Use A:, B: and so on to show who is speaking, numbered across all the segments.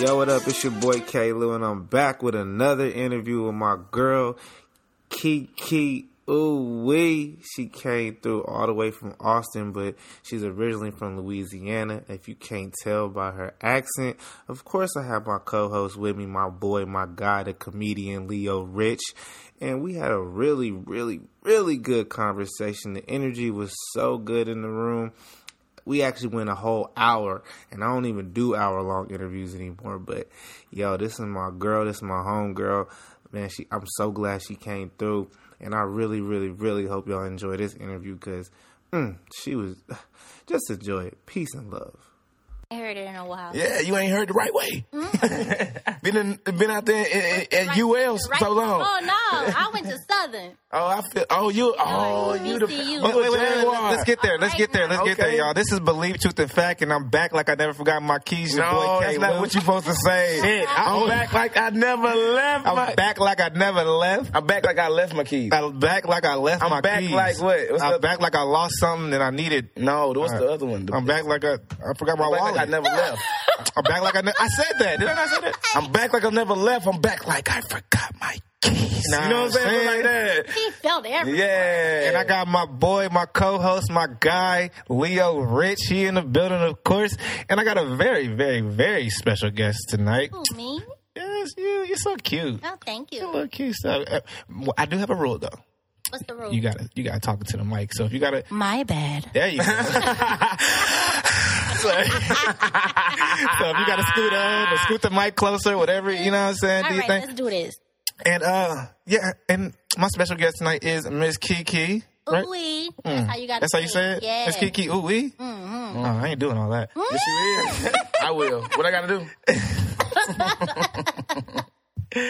A: Yo, what up? It's your boy K Lou, and I'm back with another interview with my girl Kiki. Ooh wee! She came through all the way from Austin, but she's originally from Louisiana. If you can't tell by her accent, of course I have my co-host with me, my boy, my guy, the comedian Leo Rich, and we had a really, really, really good conversation. The energy was so good in the room we actually went a whole hour and I don't even do hour long interviews anymore. But yo, this is my girl, this is my home girl. Man, she I'm so glad she came through. And I really, really, really hope y'all enjoy this interview because mm, she was just enjoy it. Peace and love.
B: I heard it in a while.
C: Yeah, you ain't heard the right way. been in, been out there at, at UL
B: Right-
C: so long.
B: Oh no, I went to Southern.
C: Oh, I feel. Oh, you. Oh,
B: let me
C: you the.
B: see you.
C: Wait, wait, wait, wait,
D: let's, let's get there. Let's get there. Let's get there,
C: Okay.
D: y'all. This is Believe Truth and Fact, and I'm back like I never forgot my keys. Your
C: No,
D: boy,
C: that's
D: K.
C: not
D: Lou.
C: what you
D: supposed to say.
C: Shit, I'm back like I never left.
D: I'm
C: my,
D: back like I never left.
C: I'm back like I left my keys.
D: I'm back like I left
C: I'm
D: my
C: back
D: keys.
C: like what? What's
D: I'm
C: up?
D: back like I lost something that I needed.
C: No, what's the other one? The-
D: I'm back like I, I forgot my
C: I'm back
D: wallet.
C: like I never left.
D: I'm back like I, ne- I said that. Did I not say that?
C: I'm back like I never left. I'm back like I forgot my keys.
D: Nah,
C: you know what I'm saying?
D: man.
C: Like that.
B: He felt everything.
C: Yeah.
D: And I got my boy, my co-host, my guy, Leo Rich. He in the building, of course. And I got a very, very, very special guest tonight.
B: Ooh, me?
D: Yes, you. You're so cute.
B: Oh, thank
D: You're a
B: you.
D: little cute. So, uh, well, I do have a rule though.
B: What's the rule?
D: You gotta, you gotta talk to the mic. So if you gotta,
B: My bad.
D: there you go. Sorry. so if you gotta scoot up or scoot the mic closer, whatever, you know what I'm saying?
B: All
D: do you
B: right, let's do this.
D: And uh, yeah. And my special guest tonight is Miss Kiki.
B: Ooh,
D: Right?
C: Hmm.
B: wee. That's how you got.
D: That's how you say it?
B: Yeah.
D: It's Kiki ooh wee? Oh, I ain't doing all that.
C: Yes, you is. I will. What I gotta do?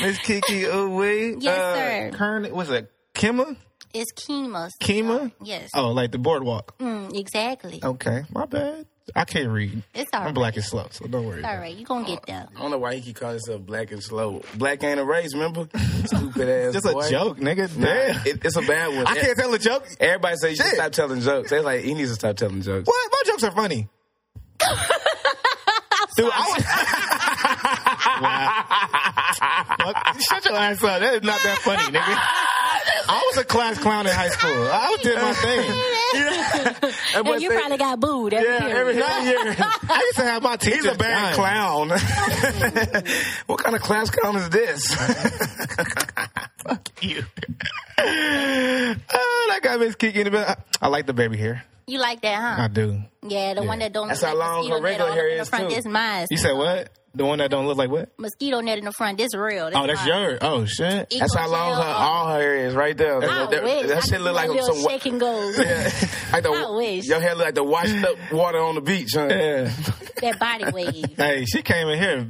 D: Miss Kiki ooh wee.
B: Yes, sir.
D: Kern, was it Kima?
B: It's Kima.
D: Kima?
B: Yes.
D: Oh, like the boardwalk.
B: Mm, exactly.
C: Oh.
D: Okay, my bad. I can't read.
B: It's all
D: I'm
B: right.
D: black and slow, so don't worry.
B: All right, you gonna get there.
C: I don't know why he keep calling himself black and slow. Black ain't a race, remember? Stupid ass.
D: Just a
C: boy.
D: joke, nigga.
C: Nah,
D: Damn.
C: it- it's a bad one.
D: I can't tell a joke.
C: Everybody says you should
D: Shit.
C: stop telling jokes. They're like, he needs to stop telling jokes.
D: What? My jokes are funny. Dude, I was. Wow. Fuck, Shut your ass up. That is not that funny, nigga. I was a class clown in high school. I did my thing.
C: That boy
B: And you
C: said-
B: probably got booed. Every
C: yeah,
B: year.
C: every every year.
D: I used to have my teacher.
C: He's a bad
D: clown.
C: What kind of class clown is this?
D: Fuck you. oh, that guy Miss Kiki in the back. I, I like the baby hair.
B: You like that, huh?
D: I do.
B: yeah, the one that don't.
C: That's
B: look
C: how
B: like
C: long
B: mosquito
C: her
B: net
C: regular
B: all up
C: hair
B: in the
C: is,
B: front.
C: too.
B: That's mine.
D: You said what? The one that don't look like what?
B: Mosquito net in the front. This real.
D: Oh, that's yours. Oh shit.
B: Eco
C: That's how long her
B: gel.
C: all her hair is right there.
B: I
C: That, that-
B: wish.
C: that
B: I
C: shit
B: could
C: look
B: do
C: like
B: a little
C: some wa-
B: shake and go.
C: like the,
B: I wish.
C: your hair look like the washed up water on the beach. Huh?
D: Yeah.
B: That body wave.
D: Hey, she came in here.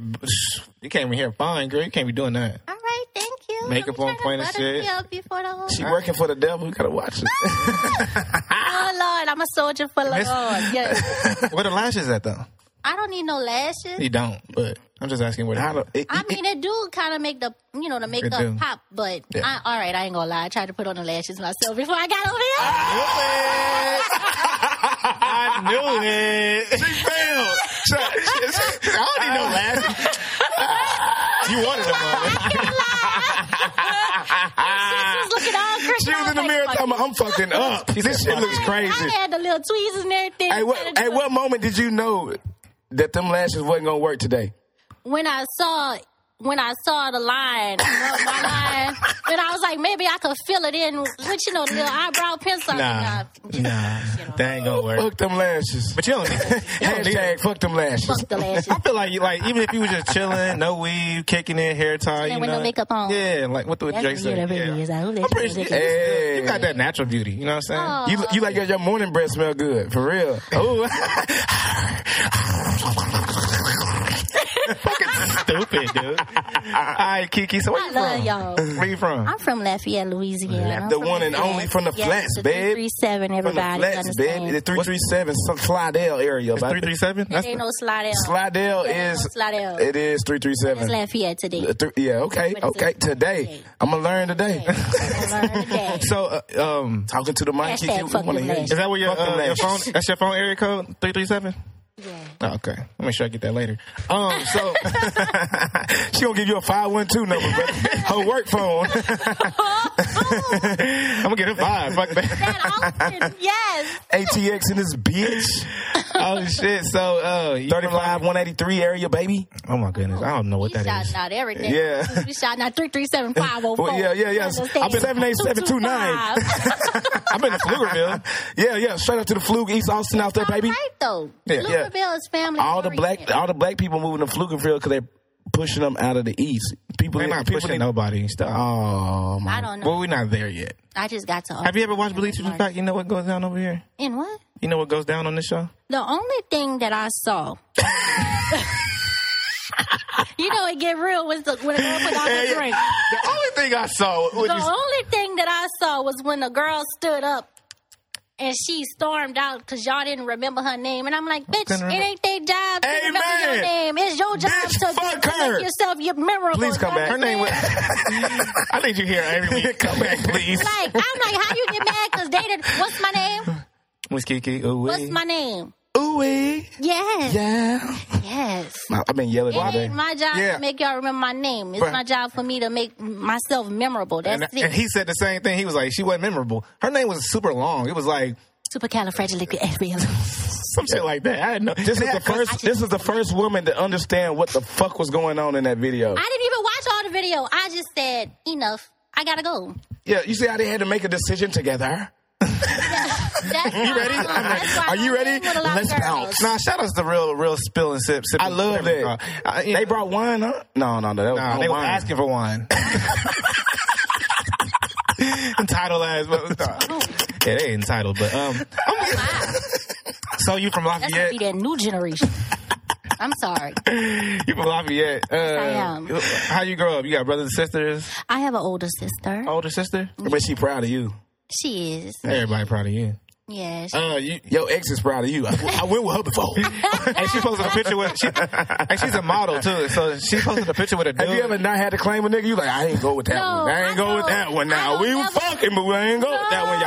D: You came in here fine, girl. You can't be doing that.
B: All right, thank you.
D: Makeup
B: I'm
D: on point and
B: trying to
D: shit.
B: butter me up Before the whole
C: She working for the devil. You gotta watch it.
B: oh Lord, I'm a soldier for the Lord.
D: Miss-
B: Yes.
D: Where the lashes at though?
B: I don't need no lashes.
D: You don't. But I'm just asking where.
C: How
D: The,
C: the, it,
B: I mean, it do kind of make the you know the
D: do.
B: makeup pop, but
D: Yeah.
B: I, all right, I ain't gonna lie. I tried to put on the lashes myself before I got over here.
D: I knew it. She failed. I don't need no lashes. you wanted them. huh?
B: She was looking all crazy.
C: she was in the mirror talking about, I'm fucking up. This shit looks crazy.
B: I had the little tweezers and everything.
C: At what, at what moment did you know that them lashes wasn't gonna work today?
B: When I saw when I saw the line, you know, my line, and I was like, maybe I could fill it in with you know the little eyebrow pencil.
D: Nah, nah,
B: You know.
D: that ain't gonna work.
C: Fuck them lashes.
D: But you don't need. You don't need
C: Hashtag fuck them
B: Fuck
C: lashes.
B: the lashes.
D: I feel like you like even if you were just chilling, no weave, kicking in hair tie,
B: Yeah,
D: you
B: with
D: know,
B: no makeup on.
D: Yeah, like what the
B: That's
D: Drake
B: what
D: said.
B: it really is.
D: Yeah.
B: I hope
D: I'm
B: that's
D: pretty sure
B: what
D: you,
B: it is.
C: Hey.
D: you got that natural beauty. You know what I'm saying?
B: Oh.
C: You, you like your, your morning breath smell good, for real. Oh,
D: Stupid dude. All right, Kiki. So
B: I
D: where you
B: love
D: from?
B: y'all.
D: Where you from?
B: I'm from Lafayette, Louisiana. I'm
C: The
B: from
C: one and only from the flats,
B: yes,
C: babe.
B: Three seven,
C: from the
B: everybody.
C: flats, baby.
B: understand.
C: The 337, some Slidell area.
D: Three three seven. That's
B: Ain't
D: the,
B: no slide out.
C: Slidell
B: Ain't no
C: is
B: slide out.
C: it is three three
B: It's
C: seven.
B: Lafayette today.
D: uh,
C: Yeah, okay,
B: But it's
C: okay.
B: a-
C: Today I'm gonna learn today.
B: I learned today.
D: so uh, um.
C: Talking to the mic,
B: Hashtag
C: Kiki, we
B: fuck
C: want to
B: them
C: hear you.
B: lashes.
D: Is that where your,
C: Fuck them
D: uh, your
C: lashes.
D: phone? That's your phone area code three three seven.
B: Yeah.
D: Oh, okay. Let me make sure I get that later. Um, so she gonna give you a five one two number, but her work phone. I'm gonna get a five. Fuck that.
B: Oh, That Austin, yes.
C: ATX in this bitch.
D: Oh shit. So uh, you
C: 35, 183 area, baby.
D: Oh my goodness. I don't know what
B: We
D: that
B: shouting
D: is.
B: out everything.
C: Yeah.
B: We shouting out 337
C: Well, yeah, yeah, yeah. I've been-
D: 78729. I've been to Pflugerville.
C: Yeah, yeah. Straight up to the fluke, East Austin out there, baby.
B: Right though.
C: Yeah, yeah.
B: Louisville is family.
C: All the
B: oriented.
C: black, all the black people moving to Pflugerville because they're pushing them out of the East. People,
D: We're not
C: people
D: pushing
C: need-
D: nobody. Stop.
C: Oh my!
B: I don't know.
D: Well, we're not there yet.
B: I just got to.
D: Have you ever watched Bleach Fact? You know what goes down over here?
B: And what?
D: You know what goes down on this show?
B: The only thing that I saw. you know, it get real when the when a girl put out the drink.
D: The only thing I saw was
B: The only thing that I saw was when the girl stood up and she stormed out because y'all didn't remember her name. And I'm like, bitch, it
D: remember-
B: ain't their job to remember your
D: Amen.
B: name. It's your job
D: Bitch,
B: to
D: fuck
B: make
D: her.
B: yourself your memorable.
C: Please come
B: You
C: back. Her
D: name was-
B: understand?
D: I need you here every week. Come back, please.
B: like, I'm like, how you get mad because they didn't. What's my name?
D: Miss Kiki, ooh
B: What's my name?
D: ooh
B: Yes.
D: Yeah.
B: Yes.
C: I've been yelling
B: It
C: all day.
B: ain't my job
D: Yeah.
B: to make y'all remember my name. It's
D: Right.
B: my job for me to make myself memorable. That's
D: And,
B: it.
D: and he said the same thing. He was like, she wasn't memorable. Her name was super long. It was like
B: Supercalifragilisticexpialidocious.
D: some shit like that. I didn't know.
C: This is
D: And
C: the
D: that-
C: first. This is the first woman to understand what the fuck was going on in that video.
B: I didn't even watch all the video. I just said enough. I gotta go.
C: Yeah, you see how they had to make a decision together.
B: That's you
D: ready?
C: Are you ready? Let's bounce.
D: Nah, shout outs to real, real spill and sip. sip
C: I love
D: whatever
C: that.
D: it's called. I- you
C: They
D: know,
C: brought wine, huh? No, no, no. That was
D: nah, they
C: wine.
D: were asking for one. entitled as, but nah. yeah, they entitled. But um, so you from
B: Oh, That's gonna be
D: Lafayette?
B: that new generation. I'm sorry.
D: You from Lafayette? Uh,
B: I am.
D: How you grow up? You got brothers and sisters?
B: I have an older sister.
C: Oh.
D: Older sister?
C: But she proud of you.
B: She is.
D: Everybody proud of you.
B: Yes.
D: Uh, you.
C: Your ex is proud of you. I, I went with her before.
D: And she posted a picture with. She, and she's a model too, so she posted a picture with a dude.
C: Have you ever not had to claim a nigga? You like, I ain't go with that
B: No,
C: one. I ain't
B: I
C: go with
B: don't-
C: that one.
B: I
C: Now
B: don't
C: we were
B: never-
C: fucking, but we ain't go with that one,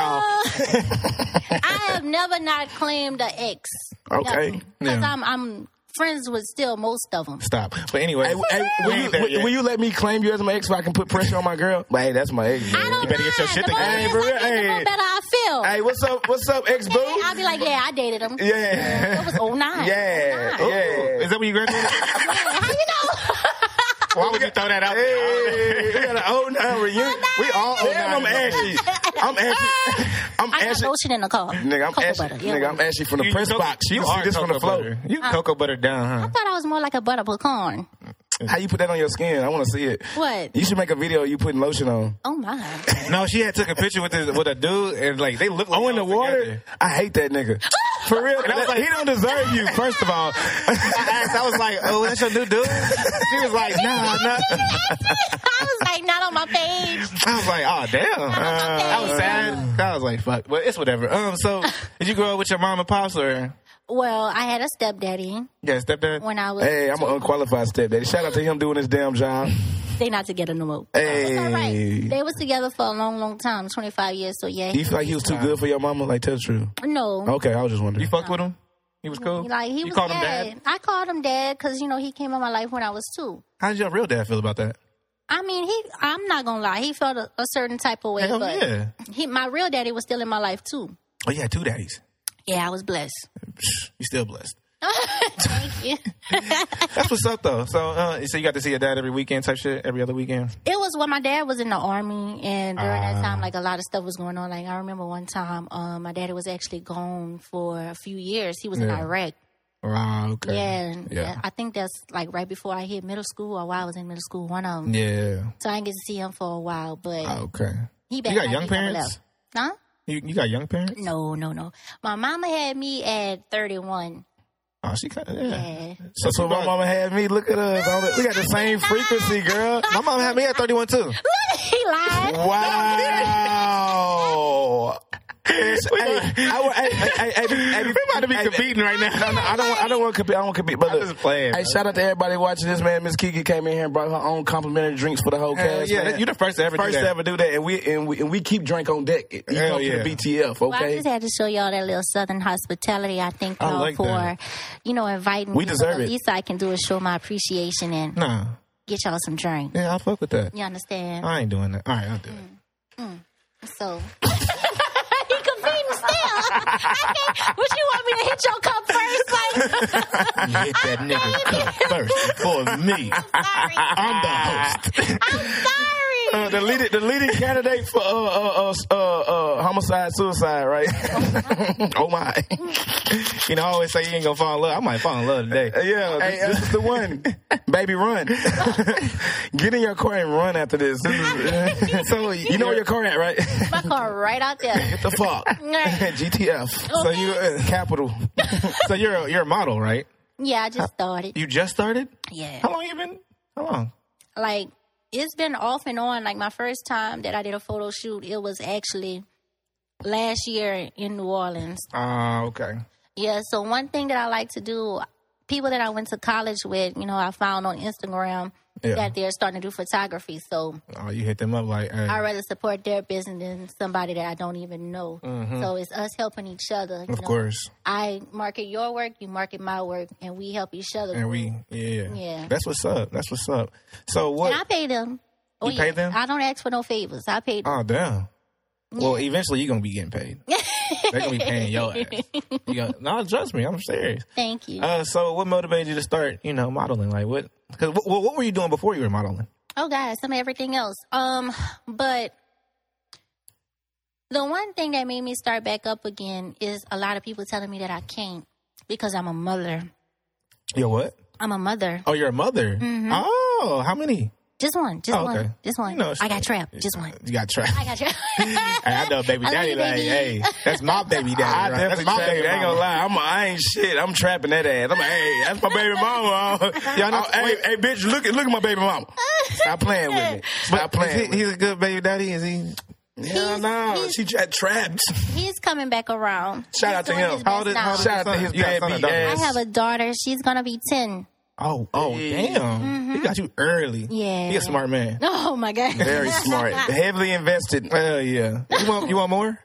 C: y'all.
B: I have never not claimed an ex.
C: Okay.
B: Because
D: Yeah.
B: I'm, I'm friends with still most of them.
D: Stop. But anyway,
C: Hey, w- hey,
D: we
C: will, you,
D: ain't there
C: will-
D: yet.
C: will you let me claim you as my ex so I can put pressure on my girl? But hey, that's my ex.
B: I
C: man.
B: don't
D: better get your
B: mind.
D: shit
B: The more
D: together.
B: years
C: Hey, bro,
B: I get, the
C: hey.
B: more better I feel.
C: Hey, what's up? What's up, ex boo?
B: I'll be like, yeah, I dated him. Yeah.
C: Yeah,
B: It was 09.
C: yeah,
B: 09.
D: Is
C: yeah.
D: that where you graduated?
B: How you know?
D: Why would you throw that out?
C: Hey, we got an old nine reunion.
B: Oh,
C: We all old
D: Damn,
C: nine.
D: I'm Ashley.
C: I'm Ashley. I'm
B: I got
C: Ashley.
B: lotion in the car.
C: Nigga, I'm
B: Cocoa
C: Ashley.
B: butter, yeah.
C: Nigga, I'm Ashley from the
D: You
C: press
D: cocoa-
C: box. You,
D: You
C: see
D: are
C: this from the
D: cocoa
C: flow.
D: butter. You cocoa butter down, huh?
B: I thought I was more like a butter pecan.
C: How you put that on your skin? I want to see it.
B: What?
C: You should make a video of you putting lotion on.
B: Oh my.
D: No, she had took a picture with this, with a dude, and like they look. Like
C: Oh, in the
D: y'all
C: water?
D: together.
C: I hate that nigga. For real.
D: And I was like,
C: he don't deserve you.
D: First of all, I asked. I was like, "Oh, that's your new dude." She was like, "Nah, nah."
B: I was like, not on my page.
D: I was like, "Oh, damn." Uh, I was sad. I was like, "Fuck," but it's whatever. Um, so did you grow up with your mom and pops or
B: Well, I had a stepdaddy
D: yeah, stepdad?
B: when I was.
C: Hey, I'm an unqualified stepdaddy. Shout out to him doing his damn job.
B: They not together no more. It's all right.
C: Hey.
B: They was together for a long, long time, 25 years. So yeah.
C: You feel like he Oh. was too good for your mama? Like, tell the truth.
B: no.
C: Okay, I was just wondering.
D: You fucked with him? He was cool.
B: Like he
D: you
B: was
D: called him
B: dad.
D: dad.
B: I called him dad because you know he came in my life when I was two.
D: How did your real dad feel about that?
B: I mean, he. I'm not gonna lie. He felt a, a certain type of way,
D: Hell
B: but
D: yeah.
B: he, my real daddy was still in my life too.
D: Oh, you had two daddies.
B: Yeah, I was blessed.
D: You still blessed.
B: Thank you.
D: That's what's up though. So, uh, so you got to see your dad every weekend, type shit, every other weekend.
B: It was when my dad was in the army, and during that
D: Ah.
B: time, like a lot of stuff was going on. Like I remember one time, um, my daddy was actually gone for a few years. He was in
D: Yeah.
B: Iraq.
D: Wow. Okay.
B: Yeah, and
D: Yeah.
B: yeah, I think that's like right before I hit middle school, or while I was in middle school, one of them.
D: Yeah.
B: So I didn't get to see him for a while, but
D: Okay.
B: he back
D: you got
B: like
D: young
B: he never
D: parents?
B: left. Huh?
D: You, you got young parents?
B: No, no, no. My mama had me at thirty one.
D: Oh, she kind of yeah.
B: Yeah.
C: That's what my
D: mom.
C: mama had me. Look at us. All the- We got the same frequency, girl.
D: My mom had me at 31 too.
B: he lied.
C: Wow.
D: man. We
C: Hey,
D: gonna-
C: I wa- hey, hey, hey, hey, hey,
D: We about to be
C: hey,
D: competing right now.
C: No, no, I don't. want- I don't want to compete. I don't want to compete. But
D: I'm
C: look,
D: just playing,
C: Hey,
D: bro.
C: shout out to everybody watching this, man. Miss Kiki came in here and brought her own complimentary drinks for the whole
D: Hell
C: cast.
D: yeah,
C: man.
D: that- you the first to ever do
C: First
D: that.
C: to ever do that, and we and we, and we keep drink on deck. You
D: Hell
C: come to
D: yeah.
C: the BTF,
B: Well, I
C: okay?
B: just had to show y'all that little southern hospitality. I think
D: I
B: y'all
D: like
B: for
D: that.
B: you know inviting.
C: We
B: me. So
C: deserve
B: the
C: it.
B: least I can do is show my appreciation and
D: Nah.
B: get y'all some drink.
D: Yeah, I fuck with that.
B: You understand?
D: I ain't doing that. All right, I'll do it.
B: So. he competing still. I can't. Would you want me to hit your cup first? Like,
D: Hit that nigga first for me.
B: sorry.
D: I'm the host.
B: I'm sorry.
C: Uh, the leading the leading candidate for uh, uh, uh, uh, uh, homicide suicide, right? oh my!
D: You know, I always say you ain't gonna fall in love. I might fall in love today.
C: Yeah,
D: Hey,
C: this, this is the one. uh, Baby, run! Get in your car and run after this. This is- so you know where your car at, right?
B: My car right out there.
C: the fuck. GTF.
D: So you uh, capital. so you're a, you're a model, right?
B: Yeah, I just started.
D: You just started.
B: Yeah.
D: How long you been? How long?
B: like it's been off and on. Like my first time that I did a photo shoot, it was actually last year in New Orleans.
D: Oh, okay.
B: Yeah, so one thing that I like to do, people that I went to college with, you know, I found on Instagram
D: Yeah.
B: that they're starting to do photography. So
D: Oh, you hit them up like. hey.
B: I'd rather support their business than somebody that I don't even know. So it's us helping each other. you
D: Mm-hmm. Of
B: know.
D: course,
B: I market your work, you market my work, and we help each other.
D: and we yeah
B: Yeah.
D: That's what's up. That's what's up. So
B: And
D: what?
B: I pay them. Oh,
D: You pay them?
B: I don't ask for no favors. I pay them.
D: Oh damn. Well, eventually you're gonna be getting paid. They're gonna be paying your ass. You gonna, no, trust me, I'm serious.
B: Thank you.
D: Uh, so what motivated you to start, you know, modeling? Like what? Because what, what were you doing before you were modeling?
B: Oh God, some of everything else. Um, but the one thing that made me start back up again is a lot of people telling me that I can't because I'm a mother.
D: Yo, what?
B: I'm a mother.
D: Oh, you're a mother.
C: Mm-hmm.
D: Oh, how many?
B: Just one. Just
D: Oh,
B: one.
D: okay.
B: Just one.
D: You know,
B: I got trapped. Just one.
D: You got trapped.
B: I got trapped.
D: Hey, I know baby
B: I love
D: daddy
B: you,
D: like,
B: baby.
D: hey, that's my baby daddy.
C: I
D: right? That's
C: definitely
D: my
C: trapped
D: baby.
C: it. I ain't gonna
D: mama.
C: lie. I'm, I ain't shit. I'm trapping that ass. I'm like, hey, that's my baby mama.
D: Y'all know-
C: Oh, hey, hey, bitch, look at look at my baby mama. Stop playing with me. Stop
D: But
C: playing.
D: is he, he's a good baby daddy. Is he?
C: with me. No, no,
B: he's-
C: she tra- trapped.
B: He's coming back around.
C: Shout
B: He's
C: out to
B: doing
C: him.
B: his
D: How old
B: best
D: is-
B: now.
D: how old is-
C: Shout out to his
D: You got a son,
C: bad
D: don't you?
B: I
C: ass.
B: have a daughter. She's gonna be ten.
D: Oh, oh,
C: Yeah.
D: damn! He got you early.
B: Mm-hmm. Yeah.
D: he a smart man.
B: Oh my God.
C: Very smart. Heavily invested.
D: Hell yeah! You want you want more?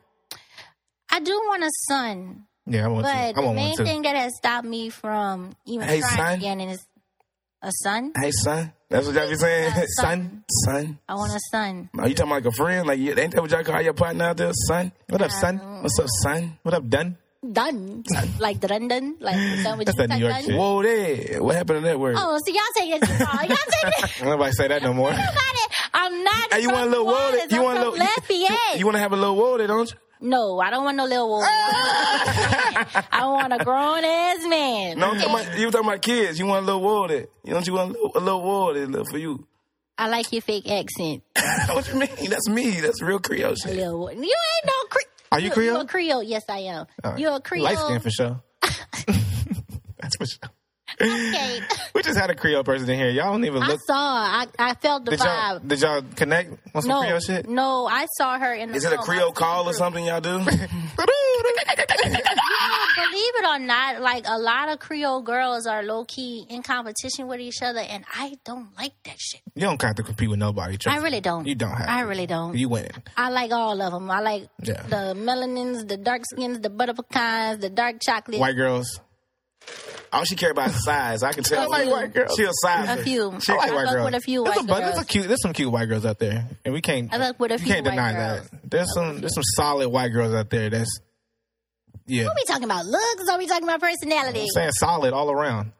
B: I do want a son.
D: Yeah, I want
B: But
D: to. I
B: the
D: want one
B: main
D: too.
B: thing that has stopped me from even
C: Hey,
B: trying
C: son.
B: again is a son.
C: Hey, son. That's what y'all be saying?
B: Uh,
C: son.
B: son.
C: Son.
B: I want a son.
C: Are you talking about like a friend? Like, you- ain't that what y'all call your partner out there? Son?
D: What up, son?
C: What's up, son?
D: What up, Dunn?
B: Done. like done done. Like done with
D: That's
B: you,
D: that New York
B: done.
D: shit.
C: Whoa there. What happened to that word?
B: Oh, so y'all take it too far. Y'all take it.
D: Nobody say that no more.
B: About it. I'm not.
C: Hey, you
B: from
C: want a little
B: New
C: whoa there?
B: Orleans.
C: You
B: I'm
C: want a
B: from
C: little
B: Lafayette?
C: You, want to have a little whoa there, don't you?
B: no, I don't want no little woman. I want a grown ass man.
C: No, I'm talking about, you were talking about kids. You want a little whoa there. You don't you want a little, a little whoa there little for you?
B: I like your fake accent.
C: what you mean? That's me. That's real Creole shit.
B: Little wo- You ain't no Creole.
D: Are you
B: You
D: Creole?
B: a Creole? Yes, I am. you a Creole?
D: Light skin for sure. That's for sure.
B: Okay.
D: We just had a Creole person in here. Y'all don't even
B: I
D: look.
B: saw. I, I felt the
D: Did y'all,
B: vibe.
D: did y'all connect on some
B: No,
D: Creole shit?
B: no, I saw her in. The
C: Is it a
B: film.
C: Creole call or something y'all do?
B: Believe it or not, like a lot of Creole girls are low key in competition with each other, and I don't like that shit.
D: You don't have to compete with nobody. Trust
B: I
D: me.
B: really don't.
D: You don't have.
B: I
D: to.
B: really don't.
D: You winning.
B: I like all of them. I like
D: Yeah.
B: the melanins, the dark skins, the butter pecans, the dark chocolate.
D: White girls.
C: All she care about is size. I can tell.
B: I like white
D: girls.
C: She a size.
B: a few. Oh,
D: She
B: I
D: like white
B: fuck
D: girls.
B: with a few
D: there's
B: white
D: a, bu- There's,
B: girls.
D: a cute, there's some cute white girls out there, and we can't.
B: I fuck with a
D: you
B: few
D: can't
B: white
D: deny
B: girls.
D: that. There's some. There's some solid white girls out there. That's yeah.
B: Are we talking about looks? Or are we talking about personality?
D: I'm saying solid all around.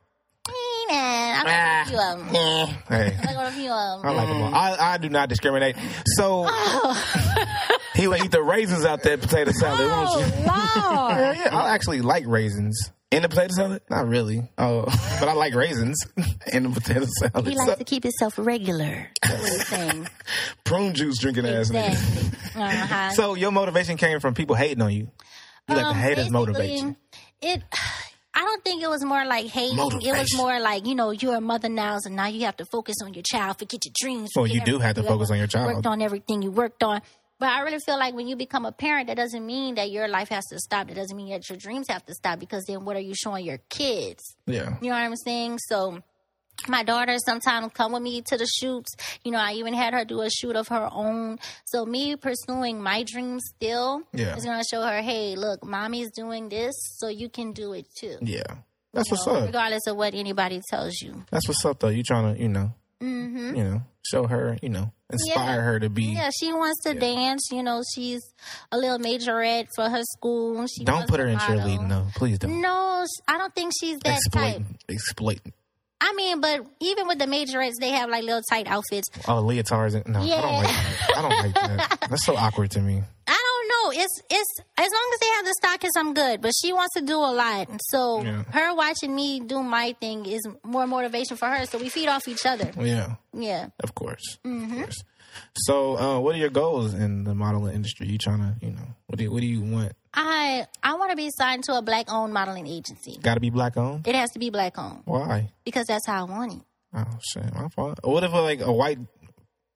B: Hey, man, I fuck with a few of
D: Ah.
B: them.
D: Hey,
B: I fuck with a few of
D: I
B: them.
D: like them all. I, I do not discriminate. So
C: He will eat the raisins out that potato
D: Oh,
C: salad, won't you?
B: Oh
D: yeah,
B: Lord!
D: yeah, I actually like raisins.
C: In the potato salad?
D: Not really. Oh, but I like raisins.
C: In the potato salad.
B: He likes to keep himself regular. That's what he's saying.
C: prune juice drinking ass nigga.
B: Exactly. Uh-huh.
D: So your motivation came from people hating on you. You let the
B: Um,
D: haters motivate
B: basically,
D: you.
B: It. I don't think it was more like hating. It was
C: Motivation.
B: more like you know you're a mother now, so now you have to focus on your child, forget your dreams.
D: Well,
B: forget
D: you do have to
B: everything
D: focus on your
B: ever
D: child.
B: Worked on everything you worked on. But I really feel like when you become a parent, that doesn't mean that your life has to stop. That doesn't mean that your dreams have to stop because then what are you showing your kids?
D: Yeah.
B: You know what I'm saying? So my daughter sometimes come with me to the shoots. You know, I even had her do a shoot of her own. So me pursuing my dreams still
D: Yeah.
B: is gonna show her, hey, look, mommy's doing this, so you can do it too.
D: Yeah. That's what's
B: So
D: up.
B: regardless of what anybody tells you.
D: That's what's up though. You trying to, you know, you know, show her, you know, inspire
B: Mm-hmm. Yeah.
D: her to be.
B: Yeah, she wants to dance. You know, she's a little majorette for her school. She
D: Don't
B: wants
D: put her
B: to
D: in
B: model.
D: cheerleading though. Please don't.
B: No, sh- I don't think she's that type.
D: Exploit. Exploit.
B: I mean, but even with the majorettes, they have like little tight outfits.
D: Oh, leotards. and- No, I don't like that. I don't like that. That's so awkward to me.
B: I don't know. It's it's as long as they have the stockings, I'm good. But she wants to do a lot, so
D: Yeah.
B: her watching me do my thing is more motivation for her. So we feed off each other.
D: Yeah.
B: Yeah.
D: Of course. Of course. So, uh, what are your goals in the modeling industry? You trying to, you know, what do you, what do you want?
B: I I want to be signed to a black owned modeling agency.
D: Got to be black owned.
B: It has to be black owned
D: Why?
B: because that's how I want it.
D: Oh shit, my fault. What if like a white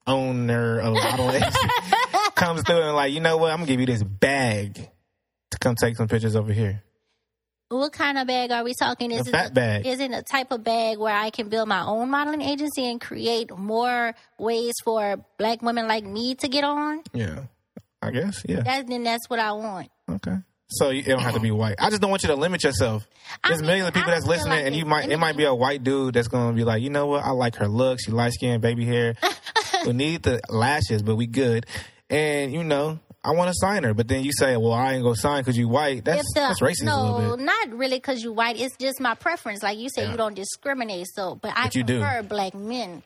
D: owner of modeling comes through and like, you know what? I'm gonna give you this bag to come take some pictures over here.
B: What kind of bag are we talking? Is
D: A fat bag.
B: Is it a type of bag where I can build my own modeling agency and create more ways for black women like me to get on?
D: Yeah, I guess. Yeah.
B: That then that's what I want.
D: Okay. So you, it don't have to be white. I just don't want you to limit yourself.
B: I
D: There's
B: mean,
D: millions of people
B: I
D: that's
B: feel
D: listening,
B: like
D: and you
B: it's
D: might it might be a white dude that's gonna be like, you know what? I like her look. She light skin, baby hair. we need the lashes, but we good. And you know, I want to sign her, but then you say, well, I ain't gonna sign because you white. That's
B: If the-
D: that's racist
B: no,
D: a little bit.
B: not really because you white. It's just my preference. Like you said, you don't discriminate. So, but I
D: But you do.
B: prefer black men.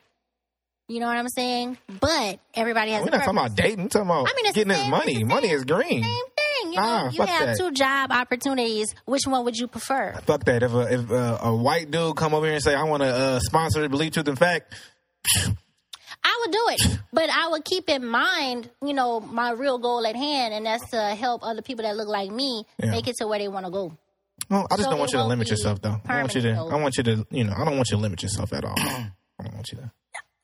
B: You know what I'm saying? But everybody has.
D: We're
B: a
D: not talking
B: preference.
D: about dating. We're talking about
B: I mean, it's the
D: getting this
B: same-
D: money.
B: it's the
D: Money is
B: same
D: green.
B: thing. You know,
D: Nah,
B: you
D: Ah, fuck
B: have
D: that.
B: two job opportunities. Which one would you prefer?
D: Fuck that. If a, if uh, a white dude come over here and say, I want to uh, sponsor Believe Truth and Fact,
B: I would do it, but I would keep in mind, you know, my real goal at hand, and that's to help other people that look like me
D: Yeah.
B: make it to where they want to go.
D: No, I just
B: So
D: don't want
B: it
D: you to
B: won't
D: limit
B: be
D: yourself, though. I want you to.
B: permanent,
D: I want you to. You know, I don't want you to limit yourself at all. I don't want you to.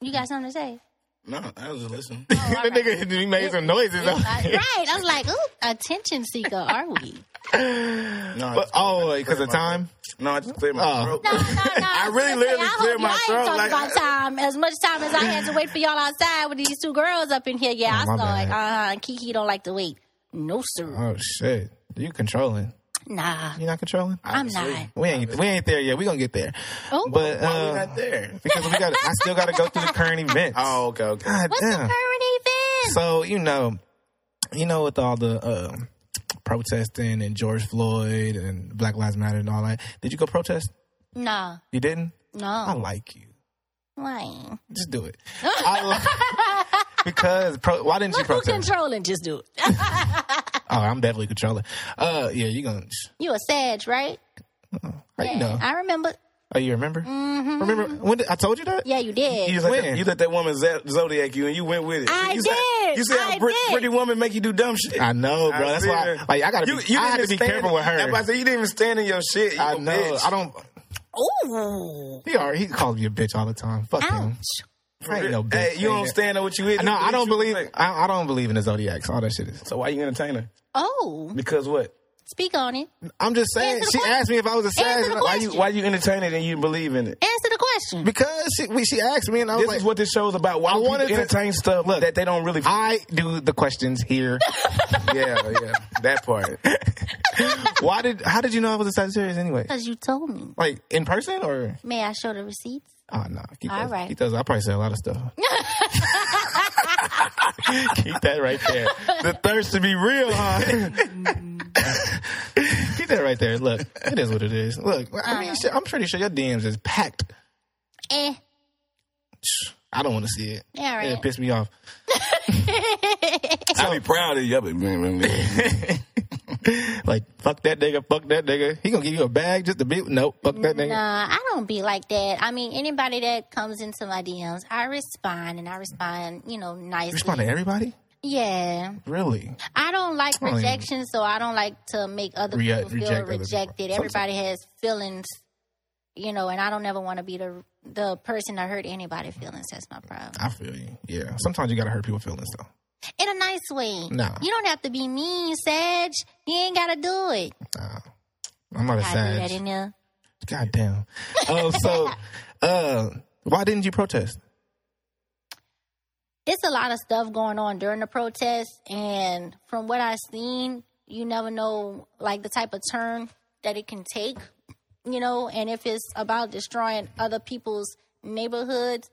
B: You got something to say?
E: No, I was just listening.
B: Oh,
D: that nigga he made some noises.
B: right. I was like, ooh, attention seeker, are we?
E: No, I
D: But,
E: just-
D: oh, because of time.
E: no, I just cleared my
D: Oh.
E: throat.
B: No, no, no. I
E: really
B: was gonna
E: literally
B: say, I
E: cleared
B: hope
E: my
B: y'all
E: throat,
B: Ain't talking
E: like-
B: about time as much time as I had to wait for y'all outside with these two girls up in here. Yeah,
D: Oh,
B: I saw
D: my
B: it.
D: bad.
B: Uh, huh. Kiki don't like to wait. No sir,
D: Oh shit! You controlling?
B: nah,
D: You not controlling?
B: I'm not.
D: We ain't. We ain't there yet. We gonna get there.
B: Oh,
D: But
E: Why we
D: uh,
E: not there?
D: because we got. I still got to go through the current events.
E: Oh, okay, okay.
D: God
B: what's the
D: damn.
B: current event?
D: So you know, you know, with all the uh, protesting and George Floyd and Black Lives Matter and all that, did you go protest?
B: Nah,
D: You didn't. I
B: no,
D: like you.
B: why?
D: Just do it. I li- because pro- why didn't you
B: Who
D: protest?
B: controlling? Just do it.
D: Oh, I'm definitely controlling. Uh, yeah, you gonna?
B: You a Sag, right?
E: uh,
D: How Uh, you know?
B: I remember.
D: Oh, you remember? Remember when did, I told you that?
B: Mm-hmm. Yeah, you did.
E: You, just let
D: When?
E: that, you let that woman za- zodiac you, and you went with it.
B: I
E: you
B: did.
E: you see how
B: I
E: pre-
B: did.
E: pretty woman make you do dumb shit.
D: I know, bro.
E: I
D: That's
E: see
D: why.
E: that.
D: like, I gotta.
E: You-
D: be,
E: you
D: I have to
E: didn't
D: be
E: stand-
D: careful with her.
E: I'm about to say, you didn't even stand in your shit. You
D: I
E: a
D: know.
E: bitch.
D: I don't.
B: Ooh.
D: He already, he calls me a bitch all the time. Fuck
B: Ouch.
D: him. I ain't no bitch.
E: Hey, you don't stand up what you is.
D: No, I don't
E: You
D: believe.
E: think.
D: I, I don't believe in the zodiacs. All that shit is.
E: So why you entertain her?
B: Oh,
E: Because what?
B: speak on it.
D: I'm just saying.
B: Answer the
D: She
B: question.
D: asked me if I was a
B: Answer
D: sag.
B: the
D: and I-
E: Why you why you entertain it and you believe in it?
B: Answer the question.
D: Because she, we, she asked me, and I was
E: This
D: like,
E: is what this show's about. Why
D: I
E: I
D: wanted
E: want
D: to-
E: to entertain stuff
D: Look.
E: that they don't really.
D: I do the questions here.
E: yeah, yeah, that part.
D: Why did? How did you know I was a Sagittarius anyway?
B: Because you told me.
D: Like in person or?
B: May I show the receipts?
D: Oh no. Keep
B: All
D: those,
B: right.
D: Keep those. I probably say a lot of stuff. keep that right there. The thirst to be real, huh? keep that right there. Look, it is what it is. Look, I mean, shit, I'm pretty sure your DMs is packed.
B: Eh.
D: I don't want to see it.
B: Yeah, right.
D: It pissed me off.
E: I'll be proud of you. I'll be-
D: Like fuck that nigga, fuck that nigga. He gonna give you a bag just to be nope. Fuck that nigga.
B: Nah, I don't be like that. I mean, anybody that comes into my DMs, I respond and I respond, you know, nicely.
D: Respond to everybody.
B: Yeah.
D: Really?
B: I don't like
D: on, Amy.
B: rejection, so I don't like to make other
D: Rea-
B: people feel
D: reject other people.
B: rejected.
D: Sometimes.
B: Everybody has feelings, you know, and I don't ever want to be the the person that hurt anybody's feelings. That's my problem.
D: I feel you. Yeah. Sometimes you gotta hurt people's feelings though.
B: And in a nice way.
D: No.
B: You don't have to be mean, Sag. You ain't got to do it.
D: I'm not
B: I do
D: a
B: that
D: sad.
B: in there.
D: God damn. Oh, so uh, why didn't you protest?
B: it's a lot of stuff going on during the protest and from what i've seen you never know like the type of turn that it can take you know and if it's about destroying other people's neighborhoods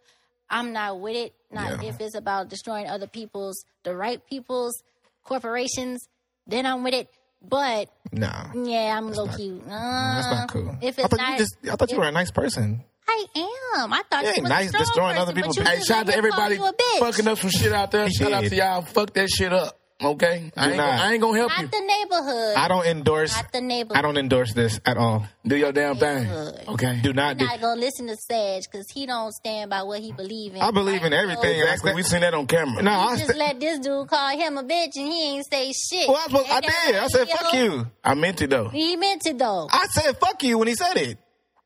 B: i'm not with it not if it's about destroying other people's the right people's corporations then i'm with it but
D: No,
B: yeah i'm low-key uh,
D: that's not cool.
B: if
D: I
B: it's
D: thought
B: not
D: you just I thought you were a nice person.
B: i am i thought
D: You
B: you
D: ain't
B: was
D: nice destroying other people.
B: people
C: Hey, shout out to everybody
B: you a bitch.
C: fucking up some shit out there. Shout out
D: did.
C: to y'all. Fuck that shit up. Okay? I
D: You're
C: ain't, gonna-
D: not.
C: I ain't gonna help you.
B: not the neighborhood
D: I don't endorse.
B: not the neighborhood
D: I don't endorse this at all.
C: Do your damn thing.
B: Good.
C: Okay?
D: Do not do.
B: not gonna listen to Sage because he don't stand by what he believe in.
D: I believe in
B: Right?
D: everything.
B: So,
D: and I
C: Exactly.
D: sta-
C: We seen that on camera.
D: No,
B: you
D: I,
B: just
D: sta-
B: let this dude call him a bitch and he ain't say shit.
D: well, I, was, I
B: And that's
D: did. I said
B: video-
D: fuck you.
C: I meant it though.
B: He meant it though.
D: I said fuck you when he said it.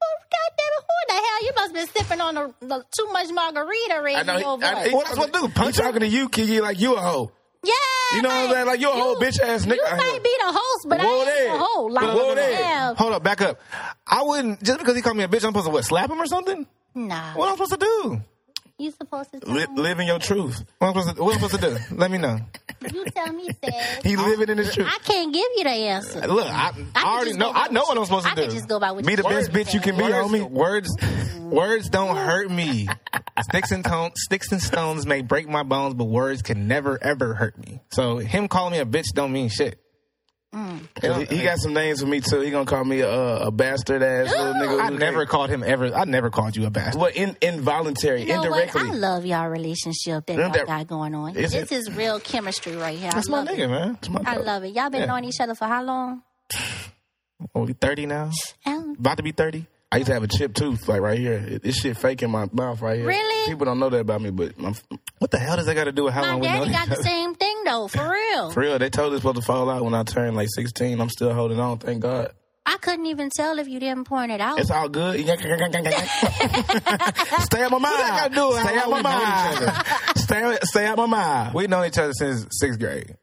B: Oh, God damn it! Who the hell? You must been sipping on the, the too much margarita already.
C: I know. He,
B: over.
C: I, he,
D: What else would I do? Punch
C: he talking to you, Kiki, like you a hoe.
B: yeah,
C: You know what I'm saying? Like you a whole bitch ass nigga.
B: You
C: out here.
B: might be the host, but
C: Whoa
B: I ain't
C: there.
B: the whole. Like,
C: Whoa there.
B: damn.
D: Hold up, back up. I wouldn't just because he called me a bitch. I'm supposed to what? Slap him or something?
B: nah.
D: What am I supposed to do?
B: You supposed to tell
C: Li-
B: me.
C: living your truth.
D: What am I supposed to, what am I supposed to do? Let me know.
B: You tell me, Sage.
D: He living in his truth.
B: I can't give you the answer.
D: Look, I, I,
B: could
D: already
B: just
D: know.
B: go by
D: I know
B: what
D: what
B: you-
D: I'm supposed to
B: I
D: do.
B: could just go by what
D: Be
B: you
D: the best
B: said.
D: bitch you can be,
C: Words-
D: homie. Words, words don't hurt me. sticks and tone, sticks and stones may break my bones, but words can never ever hurt me. So him calling me a bitch don't mean shit.
B: Mm.
C: He, he got some names for me too. He gonna call me a, a bastard ass little nigga.
D: I never called him ever. I never called you a bastard.
C: Well, in, involuntary,
B: You know what?
C: indirectly.
B: I love y'all relationship that y'all
C: Isn't that-
B: got going on.
C: Is
B: This
C: it?
B: is real chemistry right here.
D: That's
B: I
D: my
B: love
D: nigga,
B: it.
D: man. That's my
B: I
D: dog.
B: love it. Y'all been knowing each other for how long?
D: Oh, we thirty now.
B: Um,
D: About to be thirty.
C: I used to have a chipped tooth, like right here. This shit fake in my mouth right here.
B: Really?
C: People don't know that about me, but my,
D: What the hell does that got to do with how
B: my
D: long we know
B: daddy got
D: each
B: the
D: other?
B: same thing though, for real.
C: for real, they told it's supposed to fall out when I turned like 16. I'm still holding on, thank God.
B: I couldn't even tell if you didn't point it out.
C: It's all good. stay out my mind.
D: do with
C: Stay
D: how
C: out my
D: long we know
C: mind. stay, stay out my mind.
D: We've known each other since sixth grade.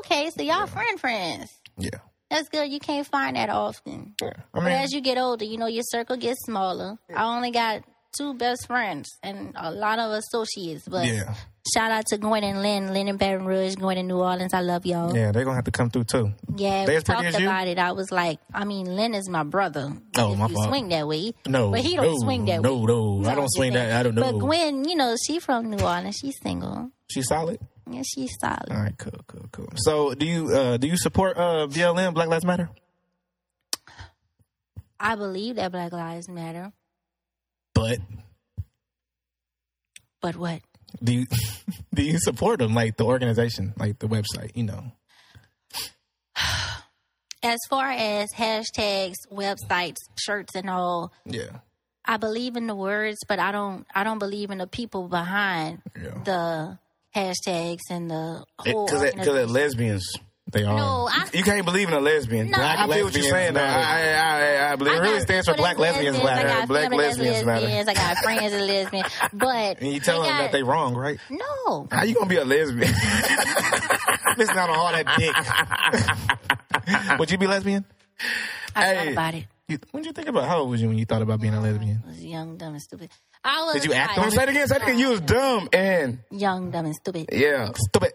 B: okay, so y'all friend friends.
D: Yeah.
B: That's good. You can't find that often.
D: I
B: But
D: mean,
B: as you get older, you know your circle gets smaller. I only got two best friends and a lot of associates. But
D: Yeah.
B: shout out to Gwen and Lynn, Lynn and Baton Rouge, Gwen in New Orleans. I love y'all.
D: yeah, they're gonna have to come through too.
B: Yeah,
D: They
B: we
D: as pretty
B: talked
D: as you?
B: about it. I was like, I mean, Lynn is my brother.
D: Oh,
B: if
D: my
B: you
D: fault.
B: swing that way.
D: No,
B: but he don't
D: no,
B: swing that
D: no,
B: way.
D: no, I
B: So I'm
D: don't
B: just
D: swing
B: saying.
D: that. I don't know.
B: But Gwen, you know, she from New Orleans. She's single.
D: She's solid.
B: Yeah, she's solid.
D: All right, cool, cool, cool. So, do you uh, do you support uh, BLM Black Lives Matter?
B: I believe that Black Lives Matter.
D: But
B: But what?
D: do you do you support them like the organization, like the website? You know,
B: As far as hashtags, websites, shirts, and all,
D: yeah,
B: I believe in the words, but I don't. I don't believe in the people behind
D: Yeah.
B: the hashtags and the whole.
C: Because they're
B: organization.
C: lesbians.
D: they are.
B: no, I,
C: You can't believe in a lesbian.
B: No.
C: I feel what you're
D: lesbians
C: saying. though. I,
D: matter.
C: I, I, I believe
B: I
C: it really
B: got-
C: stands for
B: but
C: Black
B: it's
C: Lesbians
B: I
C: Matter.
B: got
C: Black
B: family that's
C: Lesbians Matter.
B: lesbians, I got friends that's lesbian, but
D: and you tell
B: they
D: them that
B: got-
D: they wrong, right?
B: no.
C: How you gonna be a lesbian?
D: Missing out on all that dick. Would you be lesbian?
B: I
C: Hey.
B: thought about it.
D: You, when did you think about how old was you when you thought about being a lesbian?
B: I was young, dumb, and stupid. I was
D: Did you act
B: like,
D: on
C: Say it again. Say it again. You was dumb and
B: young, dumb, and stupid.
C: yeah.
D: Stupid.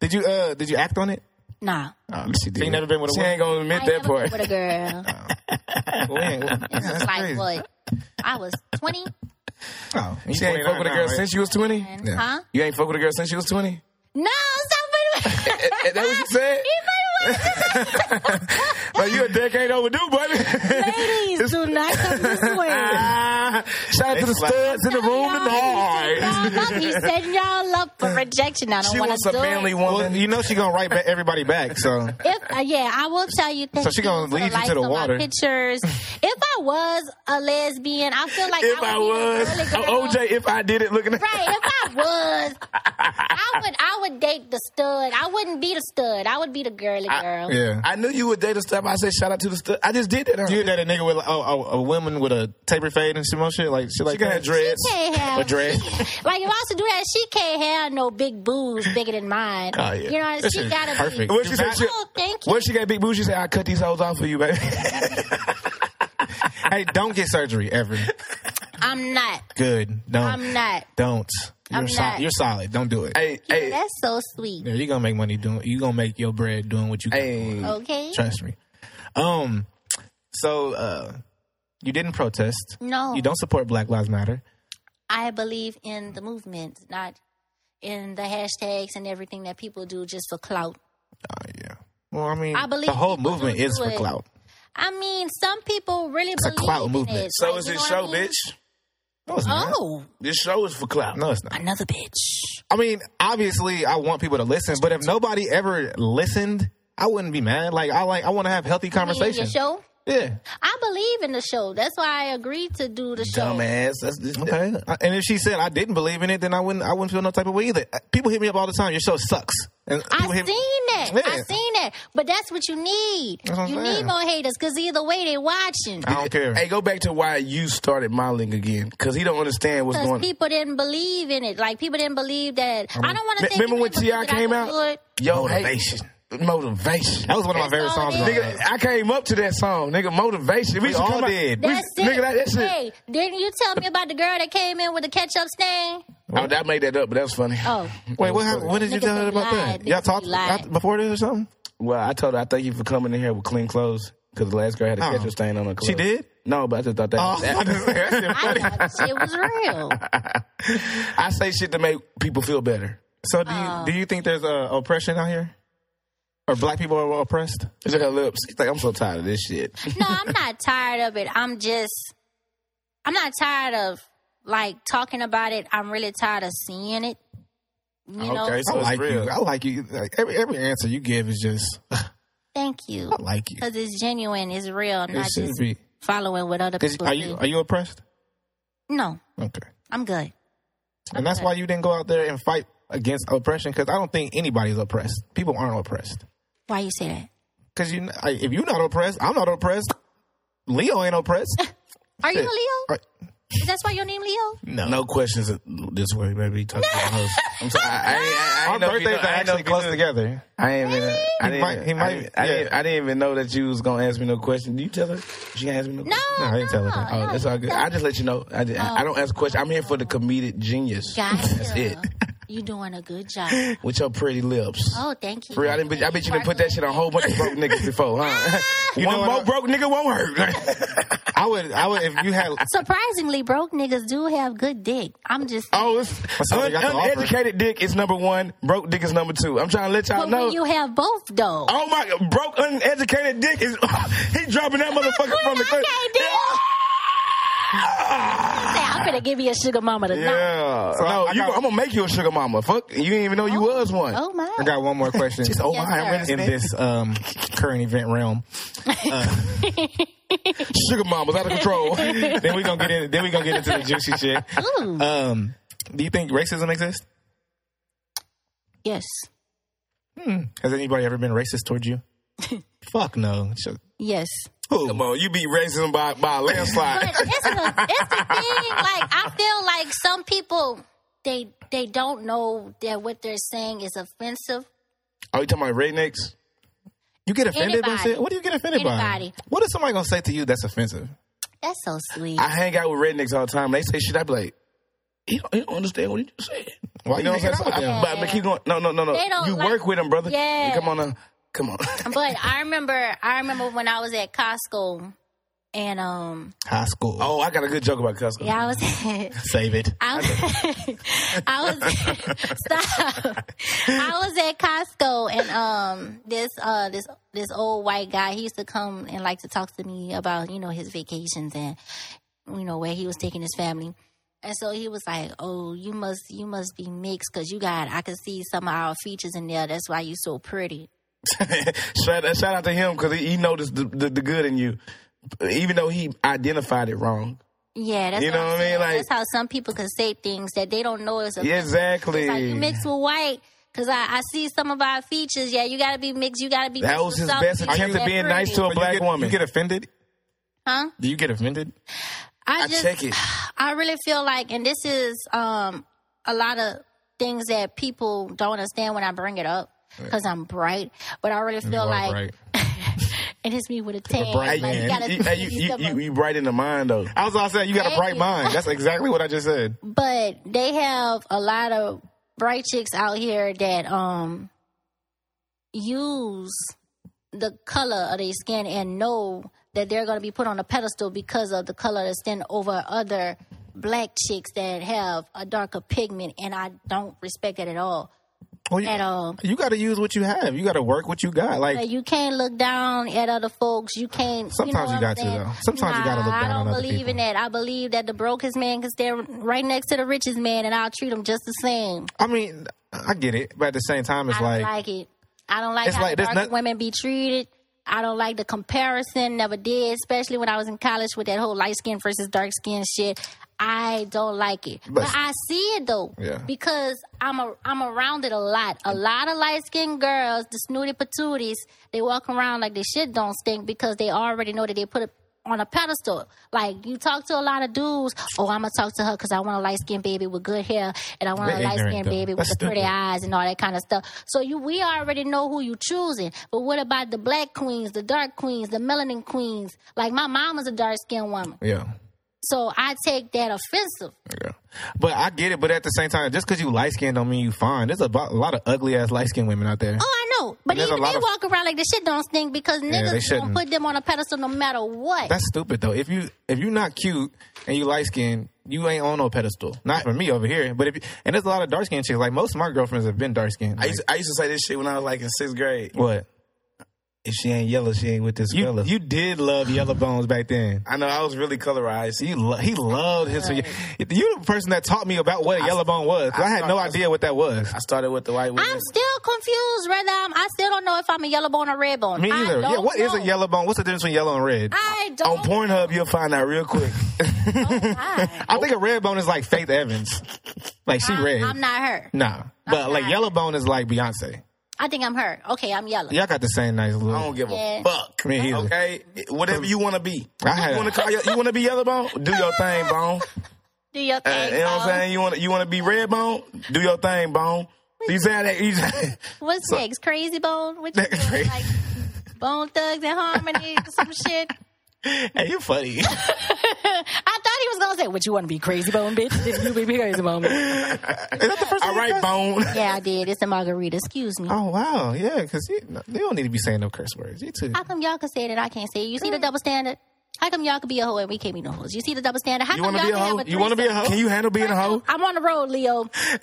D: Did you uh did you act on it?
B: Nah,
C: Oh, she
D: So you never been with a
C: She
D: woman?
C: ain't gonna admit
B: I
C: that
B: ain't never
C: part.
B: been with a girl.
C: Oh.
D: When? When?
B: This was like what? I was twenty.
D: Oh, you
C: She ain't fuck with a girl since you was twenty.
B: And, Huh?
C: You ain't fuck with a girl since you was twenty.
B: No, stop it.
C: That what you said? Like you a decade overdue, buddy.
B: Ladies, do not come this way.
C: Ah, Shout out to the studs in the room tonight.
B: You setting y'all up for rejection. I don't
C: She
B: want
C: wants
B: to
C: a
B: do
C: manly
B: it.
C: woman.
D: Well, you know she gonna write ba- everybody back. So
B: If uh, yeah, I will tell you. Thank
D: So she gonna
B: you for
D: lead you to
B: likes
D: the
B: on my
D: water.
B: Pictures. if I was a lesbian, I feel like
C: if I was
B: be the girly girl.
C: OJ, if I did it, looking at
B: Right, if I was, I would I would date the stud. I wouldn't be the stud. I would be the girly girl.
D: yeah,
C: I knew you would date a stud, everybody say shout out to the stud. I just did that. huh?
D: You that a nigga with like, oh, oh, a woman with a taper fade and some more shit like shit
C: She
D: like
C: got
D: that.
C: dreads.
B: can't
D: A
B: have.
D: dread.
B: Like if I was to do that, she can't have no big boobs bigger than mine.
D: Oh,
B: You
D: yeah.
B: know,
D: That shit
B: she
D: is
B: gotta
D: perfect.
B: be.
C: What she said? She,
B: Oh, thank you.
C: what she got big boobs? She said, "I cut these hoes off for you, baby."
D: hey, don't get surgery ever.
B: I'm not.
D: Good. Don't.
B: I'm not.
D: Don't. You're
B: I'm
D: sol-
B: not.
D: You're solid. Don't do it.
C: hey,
B: Yeah,
C: hey,
B: that's so sweet.
D: Yeah, you gonna make money doing. You gonna make your bread doing what you.
C: hey.
D: Mm.
B: Okay.
D: Trust me. Um. So uh, you didn't protest.
B: No.
D: You don't support Black Lives Matter.
B: I believe in the movement, not in the hashtags and everything that people do just for clout.
D: Uh, Yeah. Well, I mean,
B: I believe
D: the whole
B: people
D: movement
B: do
D: is for
B: it.
D: clout.
B: I mean, some people really
D: a
B: believe
D: clout
B: in
D: movement.
B: It.
C: So
B: Like,
C: is
B: you
C: this
B: know
C: show,
B: what I mean?
C: bitch?
D: No, it's not.
B: Oh,
C: This show is for clout.
D: No, it's not.
B: another bitch.
D: I mean, obviously, I want people to listen, but if nobody ever listened, I wouldn't be mad. Like, I like, I want to have healthy
B: In
D: conversation.
B: the show.
D: Yeah.
B: I believe in the show. That's why I agreed to do the show.
C: Dumbass. That's this.
D: Okay. I- And if she said I didn't believe in it, then I wouldn't. I wouldn't feel no type of way either. Uh, People hit me up all the time. Your show sucks. And
B: I
D: people
B: seen
D: hit me-
B: that. I
D: Yeah.
B: seen that. But that's what you need.
D: That's what I'm
B: you
D: saying.
B: need more haters because either way they watching.
D: I don't care.
C: Hey, go back to why you started modeling again, because he don't understand what's
B: Because
C: going. on.
B: people didn't believe in it. Like people didn't believe that. I, don't want to.
C: Me-
B: think
C: remember when
B: people
C: T.I.
B: believe that I
C: came
B: could
C: out?
B: do it.
C: Yo, hey,
D: Motivation.
C: motivation.
D: That was one of my
B: That's
D: favorite
B: all
D: songs.
B: it
D: growing
B: is.
D: up.
C: I came up to that song, nigga. Motivation. We,
D: We
C: should
D: all
C: come out-
D: did.
C: we-
B: That's it.
C: Nigga, that, that shit.
B: Hey, didn't you tell me about the girl that came in with the ketchup stain?
C: Oh, that made that up, but that's funny.
B: Oh,
D: Wait, what? Happened? When did you
B: Niggas
D: tell
B: be
D: her
B: lied.
D: about that? Y'all
B: Niggas
D: talked
B: be lied.
D: y'all- before this or something?
C: Well, I told her I thank you for coming in here with clean clothes because the last girl had a
D: Oh.
C: ketchup stain on her clothes.
D: She did?
C: No, but I just thought that.
D: Oh,
C: was-
D: I just- that shit
B: I thought shit was real.
C: I say shit to make people feel better.
D: So do you do you think there's uh, oppression out here, or black people are oppressed?
C: Look at her lips. She's like, I'm so tired of this shit.
B: No, I'm not tired of it. I'm just, I'm not tired of like talking about it. I'm really tired of seeing it. You know.
D: I
C: it's
D: like
C: real.
D: you. I like you. Like, every every answer you give is just
B: Thank you.
D: I like you.
B: Because it's genuine. It's real. Not
D: It should
B: just
D: Oh, be.
B: following what other
D: 'Cause
B: people
D: Are you
B: do.
D: are you oppressed?
B: no,
D: Okay.
B: I'm good.
D: And that's why you didn't go out there and fight against oppression because I don't think anybody's oppressed. People aren't oppressed.
B: Why you say that?
D: Because you, I- if you're not oppressed, I'm not oppressed. Leo ain't oppressed.
B: Are you a Leo?
D: Right.
B: Is that why your name Leo?
C: No, questions this way, baby. Talk to the host. I'm sorry. I, I, I, I
D: Our
C: ain't know if you know-
D: birthdays are
C: I ain't know if
D: actually
C: you
D: close
C: knew-
D: together.
C: I ain't even. I didn't,
D: might- he
C: I
D: might-
C: didn't- I,
D: yeah.
C: didn't, I didn't even know that you was gonna ask me no question. Did you tell her? She gonna ask me no.
B: No,
C: Question?
D: No, I didn't tell her that.
C: Oh, that's all good. I just let you know. I, just, I, I don't ask questions. I'm here for the comedic genius.
B: Gotcha.
C: That's it.
B: You doing a good job.
C: With your pretty lips.
B: Oh, thank you.
C: For real, I, didn't, bet- I bet you didn't put that shit on a whole bunch of broke niggas before, huh?
D: know
C: One
D: what
C: more
D: I-
C: broke nigga won't hurt.
D: I would, I would, if you had,
B: Surprisingly, broke niggas do have good dick. I'm just.
C: oh, it's
D: That's all they
C: un-
D: got to offer.
C: uneducated dick is number one. Broke dick is number two. I'm trying to let y'all
B: but
C: know.
B: when you have both, though.
C: Oh my God, broke uneducated dick is he dropping that motherfucker from the cliff.
B: Okay, dude. I'm gonna give you a sugar mama tonight.
C: Yeah,
D: So I-
C: no,
D: I
C: you,
D: got-
C: I'm gonna make you a sugar mama. Fuck, you didn't even know you was one.
B: Oh my.
D: I got one more question.
C: Just oh
B: Yes,
C: my, I'm
B: sir.
C: ready
D: in
C: in this
D: this um, current event realm,
C: sugar mama's out of control.
D: then we gonna get in. Then we gonna get into the juicy shit.
B: Ooh.
D: Um, do you think racism exists?
B: yes.
D: Has anybody ever been racist toward you? Fuck no. Sure.
B: Yes.
C: Come on, you beat racism by by a
B: But
C: landslide.
B: it's, the, it's the thing. Like I feel like some people they they don't know that what they're saying is offensive.
C: Are Oh, you talking about rednecks?
D: You get offended by
B: Anybody.
D: shit? What do you get offended
B: Anybody.
D: by? What is somebody gonna say to you that's offensive?
B: That's so sweet.
C: I hang out with rednecks all the time. They say shit. I be like, he don't, he don't understand what he just said.
D: Why
C: You know what I'm saying?
D: hanging out with
C: So I-
D: them?
C: But, but keep going. No, no, no, no.
B: They don't
C: You
B: like-
C: work with them, brother.
B: Yeah.
C: Come on, now. come on.
B: but I remember I remember when I was at Costco and um
D: High school.
C: Oh, I got a good joke about Costco.
B: yeah I was
D: Save it.
B: I was, I was stop. I was at Costco and um this uh this this old white guy he used to come and like to talk to me about you know his vacations and you know where he was taking his family. And so he was like, "Oh, you must you must be mixed cuz you got I can see some of our features in there. That's why you so pretty."
C: shout, out- shout out to him because he, he noticed the, the, the good in you, even though he identified it wrong.
B: Yeah, that's
C: You know what I
B: I'm
C: mean?
B: saying.
C: Like-
B: that's how some people can say things that they don't know is a
C: Yeah, exactly.
B: It's like you mix with white. Cause I, I see some of our features. Yeah, you gotta be mixed. You gotta be.
C: That
B: mixed
C: was
B: with
C: his
B: some
C: best
B: features
C: attempt at
B: that
C: being nice
B: pretty.
C: to a
D: But you
C: black
D: get-
C: woman.
D: You get offended?
B: Huh?
D: Do you get offended?
B: I
C: I
B: just,
C: check it.
B: I really feel like, and this is um, a lot of things that people don't understand when I bring it up because I'm bright. But I really feel like,
D: right.
B: and it's me with a tan.
D: bright
B: like,
D: man.
B: You gotta
C: You, you, you, you, you bright in the mind though.
D: I was all saying you got a
B: Thank
D: bright
B: you.
D: mind. That's exactly what I just said.
B: but they have a lot of bright chicks out here that um use the color of their skin and know that they're going to be put on a pedestal because of the color of their skin over other black chicks that have a darker pigment and i don't respect it at all
D: Well, you,
B: at all
D: you got to use what you have. You got to work what you got. Like
B: Like, you can't look down at other folks. You can't.
D: Sometimes
B: you, know what I'm
D: you got to,
B: saying?
D: though. Sometimes you gotta look
B: Nah,
D: down
B: I
D: on
B: don't
D: other
B: believe in that. I believe that the brokest man can stand right next to the richest man, and I'll treat them just the same.
D: I mean, I get it, but at the same time, it's
B: I don't
D: like,
B: like it. I don't like
D: It's
B: how
D: like,
B: the
D: there's
B: dark
D: not-
B: women be treated. I don't like the comparison. Never did, especially when I was in college with that whole light skin versus dark skin shit. I don't like it, but, I see it though
D: Yeah.
B: because I'm a, I'm around it a lot. A lot of light skinned girls, the snooty patooties, they walk around like they shit don't stink because they already know that they put it on a pedestal. Like you talk to a lot of dudes. Oh, I'm gonna talk to her because I want a light skinned baby with good hair, and I want
D: They're
B: a uh, light
D: ignorant,
B: skinned
D: though.
B: baby with
D: That's
B: the pretty
D: stupid.
B: eyes and all that kind of stuff. So you, we already know who you choosing. But what about the black queens, the dark queens, the melanin queens? Like my mom is a dark skinned woman,
D: yeah.
B: so I take that offensive.
D: Yeah. But I get it. But at the same time, just because you light skinned don't mean you fine. There's a, bo- a lot of ugly ass light skinned women out there.
B: Oh, I know, but
D: There's a
B: even
D: lot
B: they
D: of-
B: walk around like the shit don't stink because
D: they
B: niggas
D: shouldn't.
B: gonna put them on a pedestal no matter what.
D: That's stupid though. If you if you not cute and you light skinned, you ain't on no pedestal. Not for me over here. But if you, and there's a lot of dark skinned chicks. Like most of my girlfriends have been dark skinned.
C: I used, I used to say this shit when I was like in sixth grade.
D: what?
C: If she ain't yellow, she ain't with this
D: You
C: fella.
D: you did love yellow bones back then.
C: I know I was really colorized.
D: You lo- he loved his. You the person that taught me about what a yellow bone was. 'cause I, had no
C: I-
D: idea what that was.
C: I started with the white women.
B: I'm still confused. Whether I'm, I still don't know if I'm a yellow bone or red bone.
D: Me either.
B: I
D: Yeah.
B: don't
D: What is
B: know.
D: a yellow bone? What's the difference between yellow and red?
B: I
C: On
B: don't.
C: Pornhub, you'll find out real quick.
B: I,
D: I think a red bone is like Faith Evans. Like she red.
B: I'm not her.
D: Nah. But like
B: not.
D: yellow bone is like Beyonce.
B: I think I'm her. Okay, I'm yellow.
D: Y'all got the same nice
C: I
D: look.
B: Oh,
C: don't give a
B: Yeah.
C: fuck.
D: Me either.
C: Okay, whatever you want to be.
D: I had
C: You want to call your, you want to be yellow bone? Do your thing, bone.
B: Do your
C: Uh,
B: thing.
C: you know what I'm
B: bone.
C: saying? You want to you want to be red bone? Do your thing, bone. You say that? You say,
B: What's next? Crazy Bone? What you
C: Next,
B: doing?
C: crazy-
B: Like Bone Thugs and Harmony or some shit?
D: Hey, you funny.
B: I thought he was gonna say, "What you want to be Crazy Bone, bitch? Then you be Crazy Bone." bitch."
C: all right, bone.
B: yeah, I did. It's a margarita. Excuse me.
D: Oh wow, yeah, because you, no, you don't need to be saying no curse words. You too.
B: How come y'all can say that I can't say? It? You see the
C: Mm.
B: double standard? How come y'all can be a hoe and we can't be no hoes? You see the double standard? How
C: You
B: come
C: want
B: y'all
C: to be a
B: can have a
C: hoe? You want to be a hoe? Can you handle being a hoe?
B: I'm on the road, Leo. First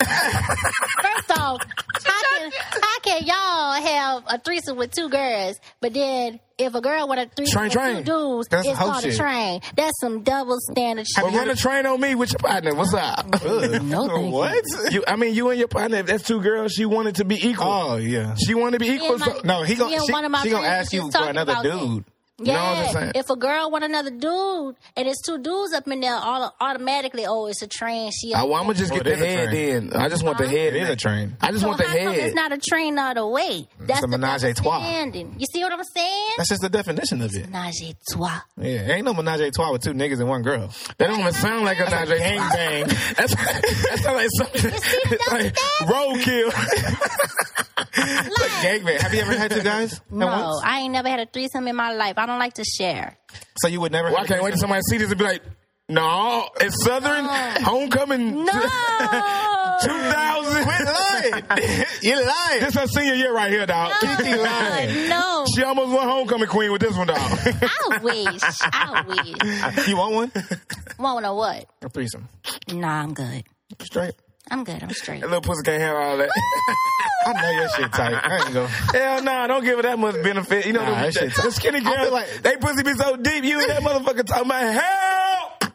B: off, how can, how can y'all have a threesome with two girls, but then if a girl want a threesome
C: Train,
B: with
C: train.
B: two dudes,
D: That's
B: it's
D: hoe
B: called
D: shit.
B: a train. That's some double standard shit.
C: But run a train on me with your partner. What's up?
B: No, thank you.
C: what? You, I mean, you and your partner. If that's two girls, she wanted to be equal.
D: Oh yeah.
C: She wanted to be
B: Me
C: equal.
B: and my-
C: so-
D: No, he
B: me
D: gonna
B: and
D: she,
B: one of my
D: she gonna
B: friends
D: ask
B: was
D: you
B: just
D: for
B: talking
D: another
B: about that.
D: dude.
C: know what I'm
B: Yeah,
C: just saying?
B: if a girl want another dude and it's two dudes up in there, all automatically, oh, it's a train. She,
C: I, am gonna just
D: Oh,
C: get
D: it
C: the
D: is a
C: head
D: train.
C: in. I just want the head.
D: It is
C: in.
D: a train.
C: I just
B: so
C: want the
B: how come
C: head.
B: it's not a train all the way? That's
D: a
B: the
D: menage a
B: double
D: trois.
B: standard. You see what I'm saying?
D: That's just the definition of it.
B: Menage a trois.
D: Yeah, ain't no menage a trois with two niggas and one girl.
C: That don't even sound like a Najee gangbang. That's that sounds like something. It's like roadkill.
D: Gangbang. Have you ever had two guys? at
B: No,
D: once?
B: I ain't never had a threesome in my life. I don't like to share.
D: So you would never.
C: well, I can't wait till somebody see this and be like, "No, it's Southern homecoming."
B: No.
C: 2000. Quit lying.
D: You lying.
C: This her senior year right here, dog.
B: no.
C: She almost won homecoming queen with this one, dog.
B: I wish. I wish.
D: You want one?
B: Won't know what.
D: A threesome.
B: Nah, I'm good.
D: Straight.
B: I'm good. I'm straight.
C: That little pussy can't handle all that.
D: I know your shit tight. I ain't go.
C: Hell no, don't give her that much benefit. You know,
D: Nah,
C: the,
D: that shit-
C: the, skinny
D: I
C: girl,
D: feel like-
C: they pussy be so deep, you and that motherfucker talking about help.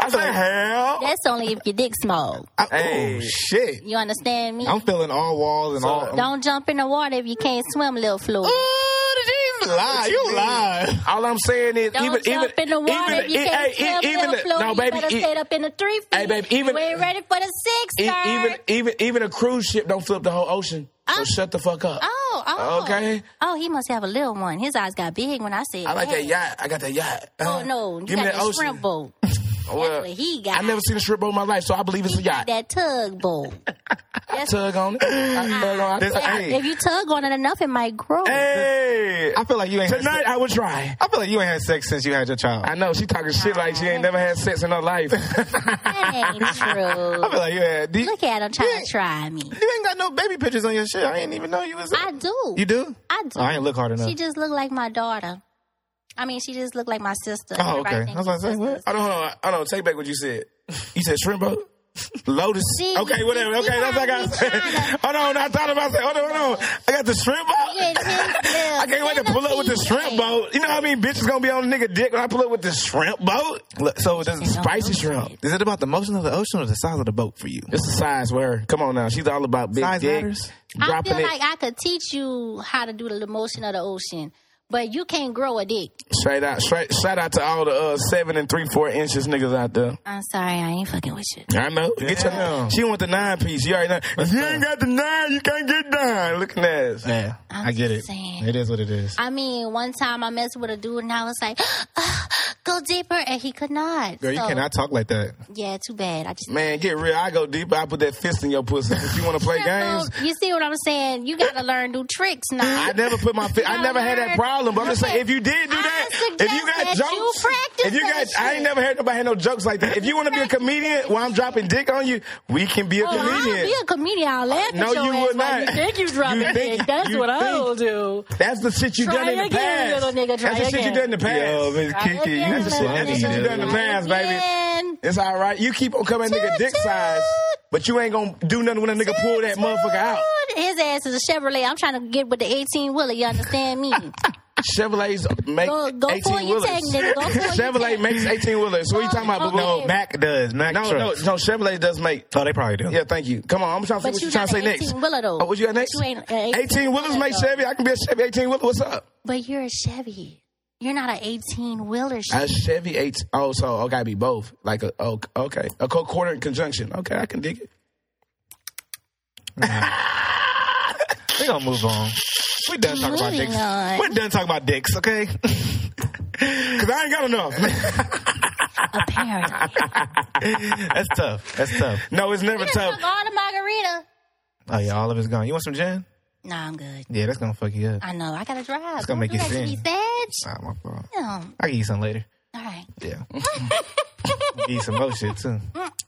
C: I say help.
B: That's only if your dick small.
D: I,
C: Hey.
D: Oh shit.
B: You understand me?
D: I'm feeling all walls and all.
B: Don't jump in the water if you can't swim, little fluid.
C: Ooh,
D: lie. You lie.
C: All I'm saying is,
B: Don't
C: even even
B: jump in the water
C: even
B: if you
C: e-
B: can't
C: hey, e-
B: swim
C: even
B: even
C: the-
B: float.
C: no,
B: you
C: baby,
B: better
C: e-
B: stay up in the three feet.
C: Hey, baby, even-
B: you ain't ready for the six,
C: E-
B: sir.
C: even even even a cruise ship don't flip the whole ocean. So shut the fuck up.
B: oh, oh,
C: Okay.
B: Oh, he must have a little one. His eyes got big when I said.
C: I like that
B: hey.
C: yacht. I got that yacht.
B: Oh
C: Uh,
B: no, you
C: give me
B: got
C: that
B: that
C: ocean.
B: shrimp boat.
C: Well,
B: what he got.
C: I never seen a shrimp boat in my life, so I believe it's a yacht.
B: That tug boat. That's
C: Tug on it.
B: Oh, ah.
C: I tug on it.
D: This-
C: I-
D: hey.
B: If you tug on it enough, it might grow.
C: Hey,
D: I feel like you ain't. had
C: tonight
D: sex-
C: I will try.
D: I feel like you ain't had sex since you had your child.
C: I know she talking shit like she ain't never had sex in her life.
B: That ain't
D: I feel
B: true.
D: like you had. You,
B: Look at him trying to try me.
D: you ain't got no baby pictures on your shit. I didn't even know you was.
B: I do.
D: you do?
B: I do.
D: Oh, I ain't look hard enough.
B: She just looked like my daughter. I mean, she just looked like my sister.
D: Oh,
B: Everybody
D: okay.
B: thinks
D: I was gonna
B: we're
D: say, what?
B: sisters.
C: I don't know. I don't take back what you said. You said shrimp boat.
D: Lotus.
B: See,
C: Okay, whatever.
B: you see
C: Okay, that's
B: how
C: like I
B: we
C: said.
B: tryna-
C: Hold on, I thought about that. Hold on, hold on. I got the shrimp boat.
B: Yeah, this little
C: I can't wait to pull up with the shrimp
B: centipede.
C: boat. You know how I mean? Bitches gonna be on nigga dick when I pull up with the shrimp boat.
D: Look, so is,
C: This is spicy shrimp.
D: is it about the motion of the ocean or the size of the boat for you?
C: It's the size where. Come on now, she's all about big
D: Size
C: dick.
D: matters?
B: I
C: Dropping
B: feel
C: it.
B: like I could teach you how to do the motion of the ocean, but you can't grow a dick.
C: Straight out, straight, shout out to all the uh, seven and three four inches niggas out there.
B: I'm sorry, I ain't fucking with you.
C: I know. Get
D: Damn.
C: your, she want the nine piece. You already know. If you ain't got the nine, Ah, you can't get down. Looking at us.
D: Yeah,
B: I'm
D: I get it.
B: just saying.
D: It is what it is.
B: I mean, one time I messed with a dude and I was like, "Go deeper," and he could not.
D: Girl, you
B: So,
D: cannot talk like that.
B: Yeah, too bad. I just
C: Man, get real. I go deeper. I put that fist in your pussy. If you want to play games,
B: So, you see what I'm saying? You gotta learn new tricks now.
C: I never put my. Fi- I
B: No,
C: never had that
B: nerd.
C: problem. But I'm just saying, if you did do
B: I
C: that, if
B: suggest
C: you got
B: that
C: jokes,
B: you practice
C: if you got,
B: that
C: I
B: shit.
C: ain't never heard nobody had no jokes like that. If you want to be a comedian while I'm dropping dick on you, we can be a
B: Oh,
C: comedian.
B: I'll be a comedian. I'll laugh
C: No,
B: at your
C: you
B: ass
C: would
B: while
C: not.
B: you think you dropping
C: You think-
B: dick. That's
C: you
B: what
C: think-
B: I'll do.
C: That's the shit you
B: Try
C: done in the
B: again,
C: past.
B: little nigga, try
C: That's the shit you
B: again.
C: done in the past.
D: Yo, Miss
B: Try
D: Kiki, you
B: again,
D: just
B: little nigga.
D: funny, dude. You
C: in
D: done
C: the
B: Try
C: past, baby.
B: again.
C: It's all right. You keep on coming, nigga,
B: Toot,
C: dick
B: toot.
C: size, but you ain't gonna do nothing when a nigga pull that motherfucker out.
B: Dude, His ass is a Chevrolet. I'm trying to get with the 18 wheeler. You understand me?
C: Chevrolet's make
B: Go- go for it,
C: 18
B: you
C: wheelers.
B: take, nigga. Go for it, you
C: Chevrolet
B: take.
C: makes 18 wheelers. So what you talking
B: Go
C: about? boo?
B: for it.
D: Mac does. Mac
C: No, no, no,
D: trucks.
C: Chevrolet does make.
D: Oh, they probably do.
C: Yeah, thank you. Come on, I'm trying to see
B: But
C: what
B: you
C: you trying to say
B: not an
C: next.
B: 18-wheeler though.
C: Oh, what you got next?
B: You ain't an
C: 18 wheelers make
B: though.
C: Chevy. I can be a Chevy 18 wheeler. What's up?
B: but you're a Chevy. You're not an 18 wheeler.
C: A Chevy 8. Oh, so I gotta be both. Like a oh, okay, a concordant conjunction. Okay, I can dig it.
D: We gonna move on. We done talking about
B: Moving
D: dicks.
B: on.
D: We done talking about dicks. Okay.
C: Cause I ain't got enough.
B: Apparently,
D: That's tough. That's tough.
C: no, it's never
B: I
C: tough.
B: took all the margarita.
D: Oh yeah, all of it's gone. You want some gin?
B: Nah, I'm good.
D: Yeah, that's gonna fuck you up.
B: I know. I gotta drive. It's
D: gonna make
B: do
D: you
B: that to
D: thin.
B: me, Sag.
C: Ah,
D: Nah, my fault.
B: Um,
D: I'll give you some later.
B: all right.
D: Yeah. give you some more shit too.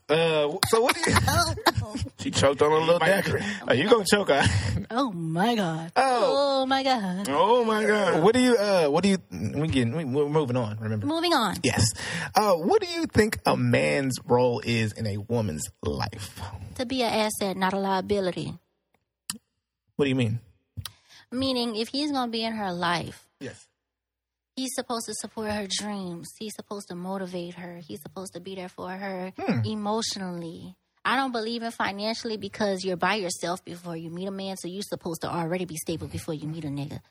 D: Uh, so what? Do you,
C: She choked on a little daiquiri.
D: are you gonna choke? Her?
B: Oh my god.
D: Oh.
B: Oh my god.
C: Oh my god.
D: What do you? Uh, what do you? We getting? We, we're moving on. Remember.
B: Moving on.
D: Yes. Uh, what do you think a man's role is in a woman's life?
B: To be an asset, not a liability.
D: What do you mean?
B: Meaning, if he's gonna be in her life,
C: Yes.
B: he's supposed to support her dreams. He's supposed to motivate her. He's supposed to be there for her
D: Hmm.
B: emotionally. I don't believe in financially because you're by yourself before you meet a man, so you're supposed to already be stable before you meet a nigga.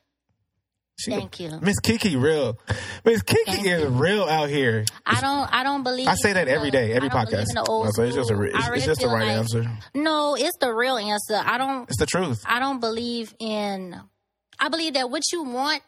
D: She-
B: Thank you.
D: Miss Kiki real. Miss Kiki
B: Thank
D: is real out here.
B: I don't. I don't believe.
D: I say that
B: in
D: every
B: the-
D: day, every
B: I don't believe
D: podcast.
B: in the old
C: so it's just a
B: school.
C: re- it's,
B: I
C: it's
B: really
C: just the
B: feel
C: right
B: like-
C: answer.
B: No, it's the real answer. I don't.
D: It's the truth.
B: I don't believe in. I believe that what you want,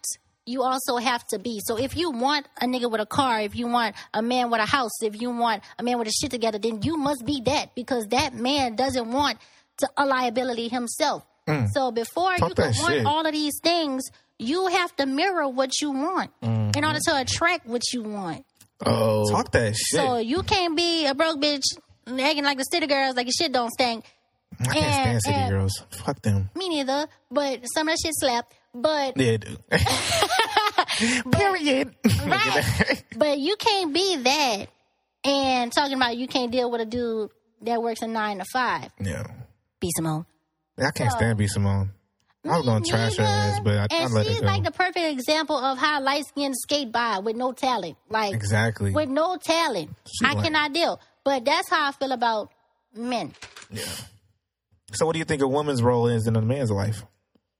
B: you also have to be. So if you want a nigga with a car, if you want a man with a house, if you want a man with a shit together, then you must be that because that man doesn't want to, a liability himself. So before
D: Mm. Talk
B: you can
D: that
B: want
D: shit.
B: all of these things, you have to mirror what you want
D: Mm-hmm.
B: in order to attract what you want.
C: Oh.
D: Talk that shit.
B: So you can't be a broke bitch acting like the city girls, like your shit don't stink.
D: I can't stand
B: and-
D: city
B: and-
D: girls. Fuck them.
B: Me neither. But some of the shit slapped. But
D: Yeah, dude. Period.
B: right. but you can't be that and talking about you can't deal with a dude that works a nine to five.
D: yeah.
B: Be Simone.
D: I can't stand B Simone. I was gonna trash her ass, but I, I
B: and
D: let
B: she's
D: it go.
B: like the perfect example of how light skinned skate by with no talent. Like
D: exactly.
B: with no talent. I
D: like-
B: cannot deal. But that's how I feel about men.
D: So what do you think a woman's role is in a man's life?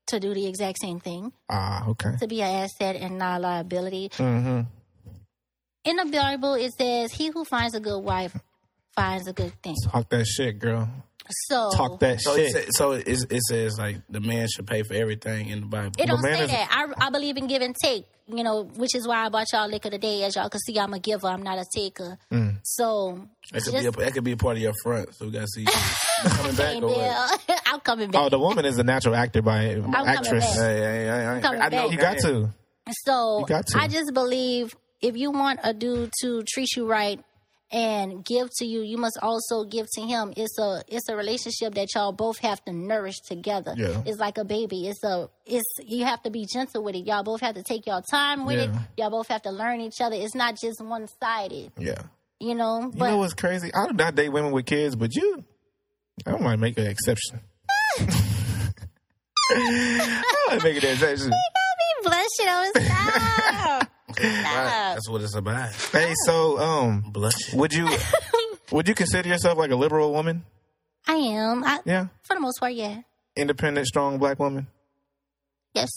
B: to do the exact same thing,
D: Ah, okay.
B: to be an asset and not a liability.
C: Mm-hmm.
B: In the Bible, it says, "He who finds a good wife finds a good thing."
D: Talk that shit, girl.
B: So
D: Talk that
C: So, it,
D: shit.
C: sa- so it, it says like the man should pay for everything in the Bible.
B: It don't
D: man
B: say
D: is-
B: that. I, I believe in give and take, you know, which is why I bought y'all liquor today. As y'all can see, I'm a giver. I'm not a taker. So
C: Mm. That could,
B: just-
C: be a, that could be a part of your front. So we gotta see you coming back
B: Dang,
C: or what.
B: Bill. I'm coming back.
D: Oh, the woman is a natural actor by
B: coming
D: actress.
B: back.
C: Hey, hey, hey, I ain't-
B: Coming
C: I know
B: back.
D: You got to.
B: So
D: got to.
B: I just believe if you want a dude to treat you right and give to you, you must also give to him. It's a it's a relationship that y'all both have to nourish together.
D: Yeah.
B: It's like a baby. It's a it's you have to be gentle with it. Y'all both have to take your time with it. Y'all both have to learn each other. It's not just one sided.
D: Yeah.
B: You know,
D: You
B: but
D: know what's crazy? I do not date women with kids, but you, I might make an exception. I might make an exception.
B: be blushing. Oh, stop! stop.
C: That's what it's about.
D: Hey, so um,
C: Blush.
D: would you would you consider yourself like a liberal woman?
B: I am. I,
D: Yeah,
B: For the most part, yeah.
D: independent, strong black woman.
B: Yes.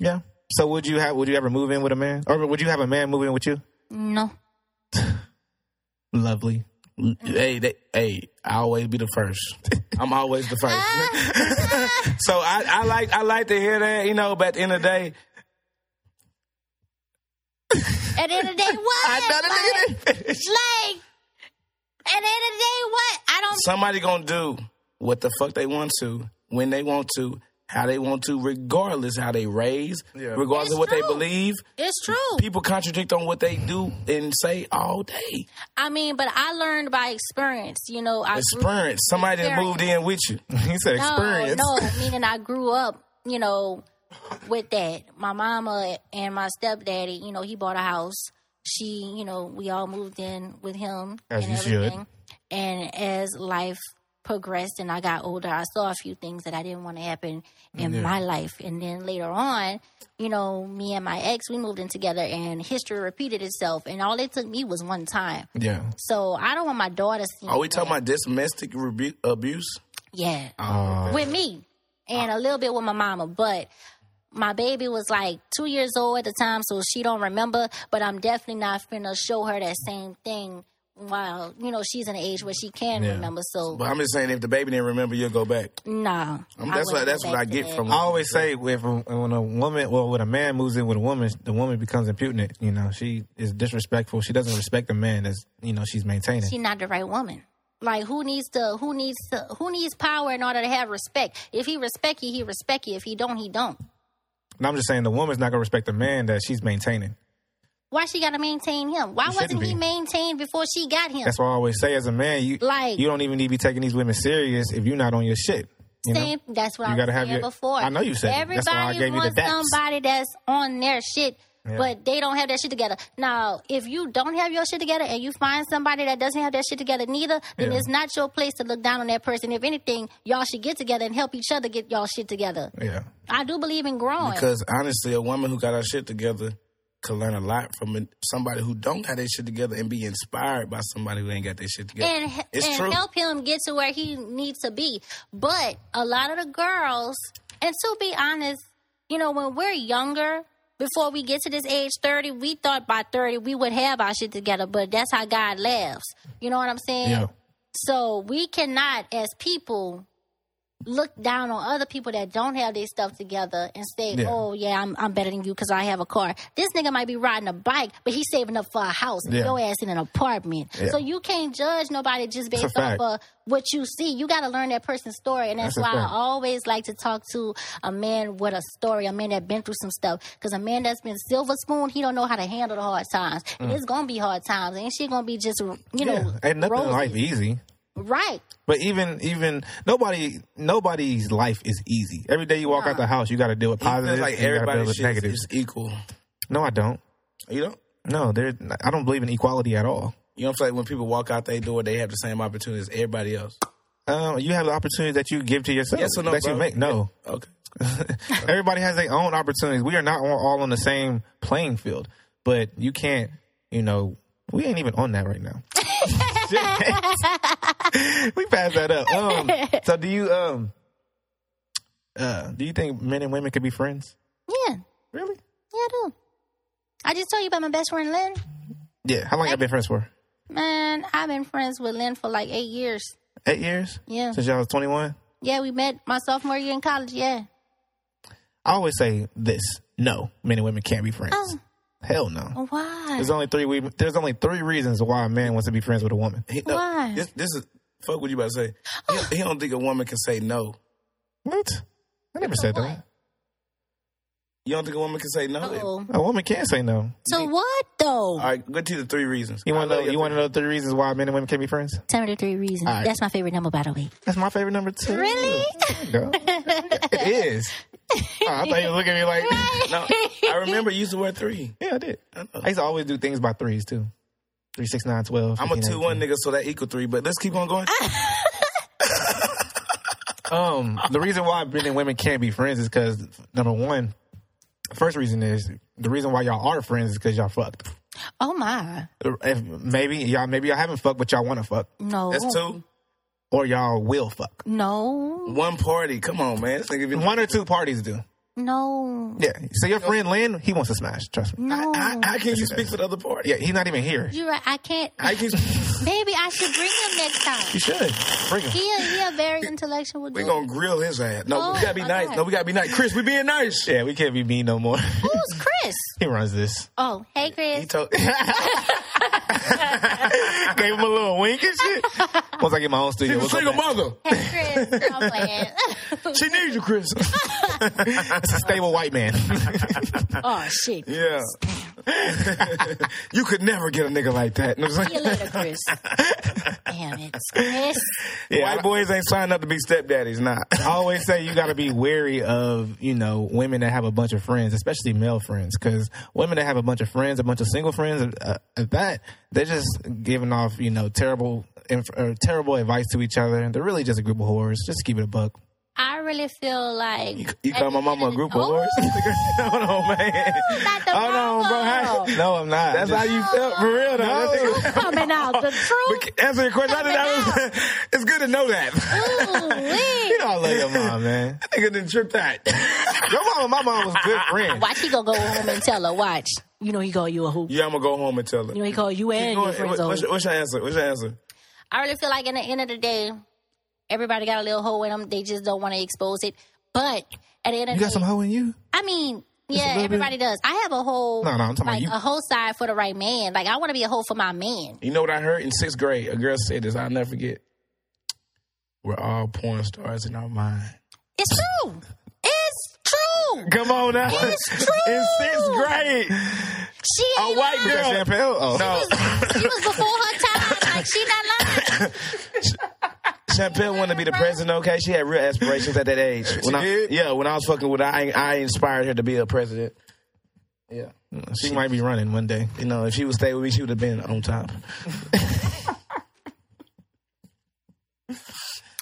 D: Yeah. So would you have? Would you ever move in with a man, or would you have a man move in with you?
B: No.
D: Lovely.
C: Hey, they, hey, I always be the first. I'm always the first. so I, I like I like to hear that, you know, but at the end of the day,
B: At the end of the day, what?
D: I know the nigga didn't finish.
B: like at the end of the day, what I don't.
C: somebody gonna do what the fuck they want to, when they want to, how they want to, regardless how they raise, regardless
B: It's
C: of what they
B: true.
C: believe.
B: It's true.
C: People contradict on what they do and say all day.
B: I mean, but I learned by experience. You know, I grew-
C: Experience. Somebody that moved in with you.
D: He said
B: No,
D: experience.
B: Oh, No, meaning I grew up. You know, with that, my mama and my stepdaddy. You know, he bought a house. She, you know, we all moved in with him
D: As
B: and
D: you should.
B: everything. And as life progressed and I got older, I saw a few things that I didn't want to happen in my life. And then later on, you know, me and my ex, we moved in together and history repeated itself. And all it took me was one time.
D: Yeah.
B: So I don't want my daughter seeing.
C: Are we
B: that.
C: talking about domestic rebu- abuse?
B: Yeah.
C: Oh.
B: with me and a little bit with my mama, but my baby was like two years old at the time, so she don't remember. But I'm definitely not finna show her that same thing while you know she's in an age where she can remember. So
C: But I'm just saying, if the baby didn't remember, you'll go back.
B: nah,
C: I'm,
B: I wouldn't
C: that's what
B: go
C: that's what
B: back
C: I
B: to
C: get
B: that.
C: from.
D: I always say if um, when a woman, well, when a man moves in with a woman, the woman becomes impudent. You know, she is disrespectful. She doesn't respect the man that's you know she's maintaining.
B: She's not the right woman. Like who needs to who needs to who needs power in order to have respect? If he respect you, he respect you. If he don't, he don't.
D: and I'm just saying the woman's not gonna respect the man that she's maintaining.
B: Why she gotta maintain him? Why
D: shouldn't
B: wasn't he
D: be.
B: maintained before she got him?
D: That's why I always say as a man, you
B: Like-
D: you don't even need to be taking these women serious if you're not on your shit. You know?
B: Same. That's what
D: You
B: I was
D: gotta have
B: saying
D: your-
B: before.
D: I know you said it.
B: everybody
D: That's why I gave you the
B: wants
D: daps.
B: somebody that's on their shit, but they don't have that shit together. Now, if you don't have your shit together and you find somebody that doesn't have that shit together neither, then it's not your place to look down on that person. If anything, y'all should get together and help each other get y'all shit together.
D: Yeah.
B: I do believe in growing.
C: Because honestly, a woman who got her shit together could learn a lot from an- somebody who don't got their shit together and be inspired by somebody who ain't got their shit together.
B: and,
C: it's
B: and
C: true.
B: help him get to where he needs to be. But a lot of the girls, and to be honest, you know, when we're younger, before we get to this age 30, we thought by 30 we would have our shit together, but that's how God laughs. You know what I'm saying?
D: Yeah.
B: So we cannot, as people, look down on other people that don't have their stuff together and say,
D: Yeah.
B: "Oh yeah, I'm, I'm better than you because I have a car." This nigga might be riding a bike, but he's saving up for a house. and
D: Yeah.
B: Your ass in an apartment, so you can't judge nobody just based
D: a
B: off
D: fact.
B: of what you see. You got to learn that person's story, and that's,
D: That's a
B: why I
D: fact.
B: always like to talk to a man with a story, a man that been through some stuff, because a man that's been silver spoon, he don't know how to handle the hard times. And It's gonna be hard times, and she gonna be just you know,
D: Mm. yeah. Ain't nothing in
B: rosy.
D: life easy.
B: right?
D: But even even nobody nobody's life is easy. Every day you walk out the house, you got to deal with
C: I feel
D: positives.
C: like
D: and you gotta deal
C: everybody's
D: with
C: shit is-
D: negatives.
C: is equal.
D: No, I don't.
C: You know,
D: No, there. I don't believe in equality at all.
C: you don't feel like when people walk out their door, they have the same opportunities as everybody else.
D: Um, you have the opportunity that you give to yourself.
C: Yes or no,
D: That
C: bro?
D: you make. No.
C: Okay.
D: Everybody has their own opportunities. We are not all- all on the same playing field. But you can't, you know, we ain't even on that right now. we passed that up. Um, so do you um Uh, do you think men and women could be friends?
B: Yeah.
D: Really?
B: Yeah, I do. I just told you about my best friend Lynn.
D: Yeah. How long y'all been friends for?
B: Man, I've been friends with Lynn for like eight years.
D: Eight years?
B: Yeah.
D: Since y'all was 21?
B: Yeah, we met my sophomore year in college. Yeah.
D: I always say this. No, men and women can't be friends.
B: Oh,
D: Hell no.
B: why?
D: There's only three we, there's only three reasons why a man wants to be friends with a woman.
C: He, no,
B: Why?
C: This, this is fuck what you about to say. He, he don't think a woman can say no.
D: What? I never said that.
B: what?
C: You don't think a woman can say no?
B: Uh-oh.
D: A woman can't say no.
B: To what though?
C: All right, go to the three reasons.
D: You want
C: I
D: to know?
C: love your
D: You want to know three reasons why men and women can't be friends?
B: Ten to three reasons.
D: All right.
B: That's my favorite number, by the way.
D: That's my favorite number two.
B: Really?
D: There you go. it is. Oh, I thought you were looking at me like,
C: three- No, I remember you used the word three.
D: yeah, I did.
C: I know.
D: I used to always do things by threes too. Three, six, nine, twelve.
C: I'm a
D: 15,
C: two one
D: 18.
C: nigga, so that equal three. But let's keep on going.
B: Ah,
D: Um, the reason why men and women can't be friends is because number one, first reason is the reason why y'all are friends is because y'all fucked.
B: Oh my.
D: If maybe y'all maybe y'all haven't fucked, but y'all want to fuck,
B: No.
C: That's two.
D: or y'all will fuck.
B: No.
C: One party. Come on, man. This nigga been.
D: One or two parties do.
B: No.
D: Yeah. So your friend Lynn, he wants to smash. Trust me.
B: No.
C: How, how can you speak for the other party?
D: Yeah, he's not even here.
B: You're right. I can't.
C: I can.
B: Maybe I should bring him next time.
D: You should bring him.
B: He a, he a very intellectual dude.
C: We gonna grill his ass. No,
B: Oh,
C: we gotta be
B: my
C: nice.
B: God.
C: No, we gotta be nice. Chris, we being nice.
D: Yeah, we can't be mean no more.
B: Who's Chris?
D: he runs this.
B: Oh, hey
C: He
B: Chris.
C: told.
D: Gave him a little wink and shit. Once I get my own studio,
C: She's a
D: we'll go
C: single
D: back.
C: mother.
B: Hey Chris. I'm playing.
C: She needs you, Chris.
D: It's a stable white man.
B: oh shit.
C: Yeah. you could never get a nigga like that. You know what I'm
B: See you
C: saying?
B: later, Chris. Damn it, Chris.
D: yeah,
C: White boys ain't signing up to be stepdaddies, not.
D: I always say you got to be wary of you know women that have a bunch of friends, especially male friends, because women that have a bunch of friends, a bunch of single friends, uh, at that they're just giving off you know terrible inf- or terrible advice to each other. They're really just a group of whores. Just keep it a buck.
B: I really feel like Oh,
C: You call my mama a group of whores? Hold on, man.
B: Not the
D: Hold on, bro.
B: mama. Oh,
D: Hey, No, I'm not.
C: That's how you felt for real, though.
D: No.
C: That's-
B: You coming out the truth.
C: But answer your question. I didn't, I was, it's good to know that.
B: Ooh-wee.
D: you know I love your mom, man.
C: That nigga didn't trip that.
D: Your mom and my mom was good friends.
B: Watch, he gonna go home and tell her. Watch, you know he call you a hoop.
C: Yeah, I'm gonna go home and tell her.
B: You know he call you and your
C: What-
B: friends a
C: what's,
B: hoop.
C: your, what's your answer? What's your answer?
B: I really feel like in the end of the day, everybody got a little hole in them. They just don't want to expose it. But at the end of
D: You
B: the
D: got
B: day,
D: some hoe in you.
B: I mean, yeah,
D: little bit.
B: everybody does. I have a whole,
D: No, no, I'm talking about
B: like
D: you.
B: a whole side for the right man. Like I want to be a hoe for my man.
C: You know what I heard in sixth grade? A girl said this. I'll never forget. We're all porn stars in our mind.
B: It's true. It's true.
D: Come on now.
B: It's true.
D: great.
B: She ain't lying.
D: Chappelle. Oh.
C: No,
B: She was before her time. Like she not lying.
C: Chappelle wanted to be the president. Okay, she had real aspirations at that age. When I,
D: did?
C: Yeah, when I was fucking with, her, I I inspired her to be a president. Yeah,
D: She might be running one day.
C: you know, if she would stay with me, she would have been on top.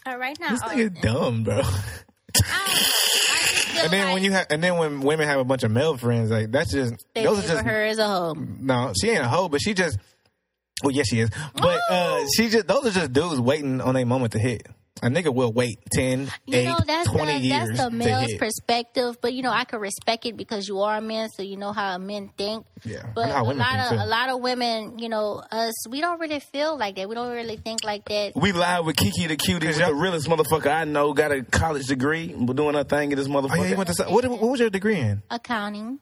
B: All right now.
D: This nigga dumb, bro.
B: And
D: And then when you have, and then when women have a bunch of male friends, like that's just
B: they
D: those
B: label
D: are just
B: her as a hoe.
D: no. She ain't a hoe, but she just. Well, yes, she is. But uh, she just those are just dudes waiting on a moment to hit. A nigga will wait 10,
B: You
D: 8,
B: know that's
D: 20
B: the,
D: years
B: that's the
D: to
B: male's
D: hit.
B: perspective, but you know I could respect it because you are a man, so you know how men think.
D: Yeah, I
B: but
D: know how
B: a
D: women
B: lot
D: think,
B: of
D: too.
B: a lot of women, you know, us we don't really feel like that. We don't really think like that.
C: We live with Kiki the cutie, with the realest motherfucker I know. Got a college degree, but doing her thing in this motherfucker.
D: oh, yeah, you went to so- what, what was your degree in?
B: Accounting,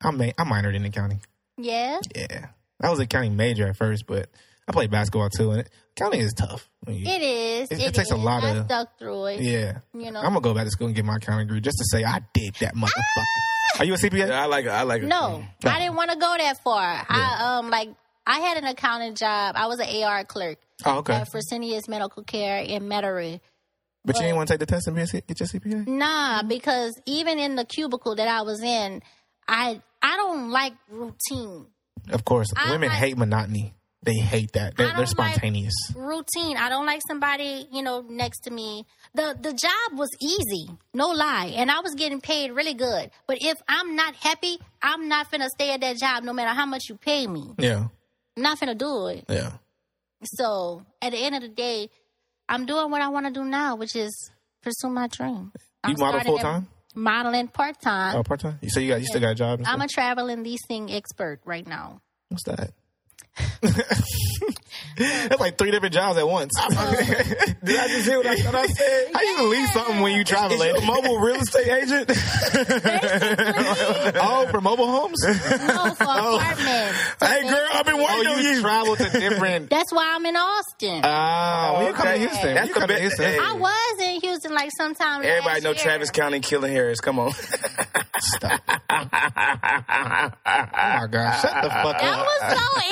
D: I ma- I minored in accounting.
B: yeah,
D: Yeah, I was a accounting major at first, but I played basketball too, and accounting is tough. when you-
B: it is.
D: It- it takes a
B: is.
D: lot
B: I
D: of-
B: stuck through it.
D: Yeah.
B: You know?
D: I'm gonna go back to school and get my accounting degree just to say I did that motherfucker. Are you a Oh, CPA?
C: I like her. I like
B: Ah!
C: her.
B: No, I didn't want to go that far. I um like I had an accounting job. I was an AR clerk
D: Oh, okay.
B: at uh, Fresenius Medical Care in Metairie.
D: But you didn't want to take the test and be a, C- get your CPA?
B: Nah, because even in the cubicle that I was in, I I don't like routine.
D: Of course.
B: I
D: Women
B: like-
D: hate monotony. They hate that. They're,
B: I
D: they're
B: don't like-
D: spontaneous.
B: Routine. I don't like somebody, you know, next to me. The the job was easy, no lie. And I was getting paid really good. But if I'm not happy, I'm not finna stay at that job no matter how much you pay me.
D: yeah.
B: I'm not finna do it.
D: Yeah.
B: So at the end of the day, I'm doing what I wanna do now, which is pursue my dream.
D: You model
B: starting at
D: full-time?
B: Modeling part time.
D: Oh, part time. You say you got you still got a job. and
B: I'm
D: stuff?
B: a traveling leasing expert right now.
D: What's that? That's like three different jobs at once.
E: Did I just hear what I thought I said?
D: How you leave something when you travel?
E: Is you a mobile real estate agent?
D: Oh, for mobile homes? hey,
C: Oh.
B: No, for apartments.
D: girl, I've been waiting
E: on
D: on
E: you.
D: you. travel to different.
B: That's why I'm in Austin.
D: Ah, when you come to
E: Okay.
D: Houston,
E: That's
D: when you
E: the
D: come to
E: best-
D: Houston.
E: hey.
B: I was in Houston like sometime.
C: Everybody
B: last
C: know
B: year.
C: Travis County killing Harris. Come on.
D: Oh my God, shut the fuck
B: That
D: up.
B: was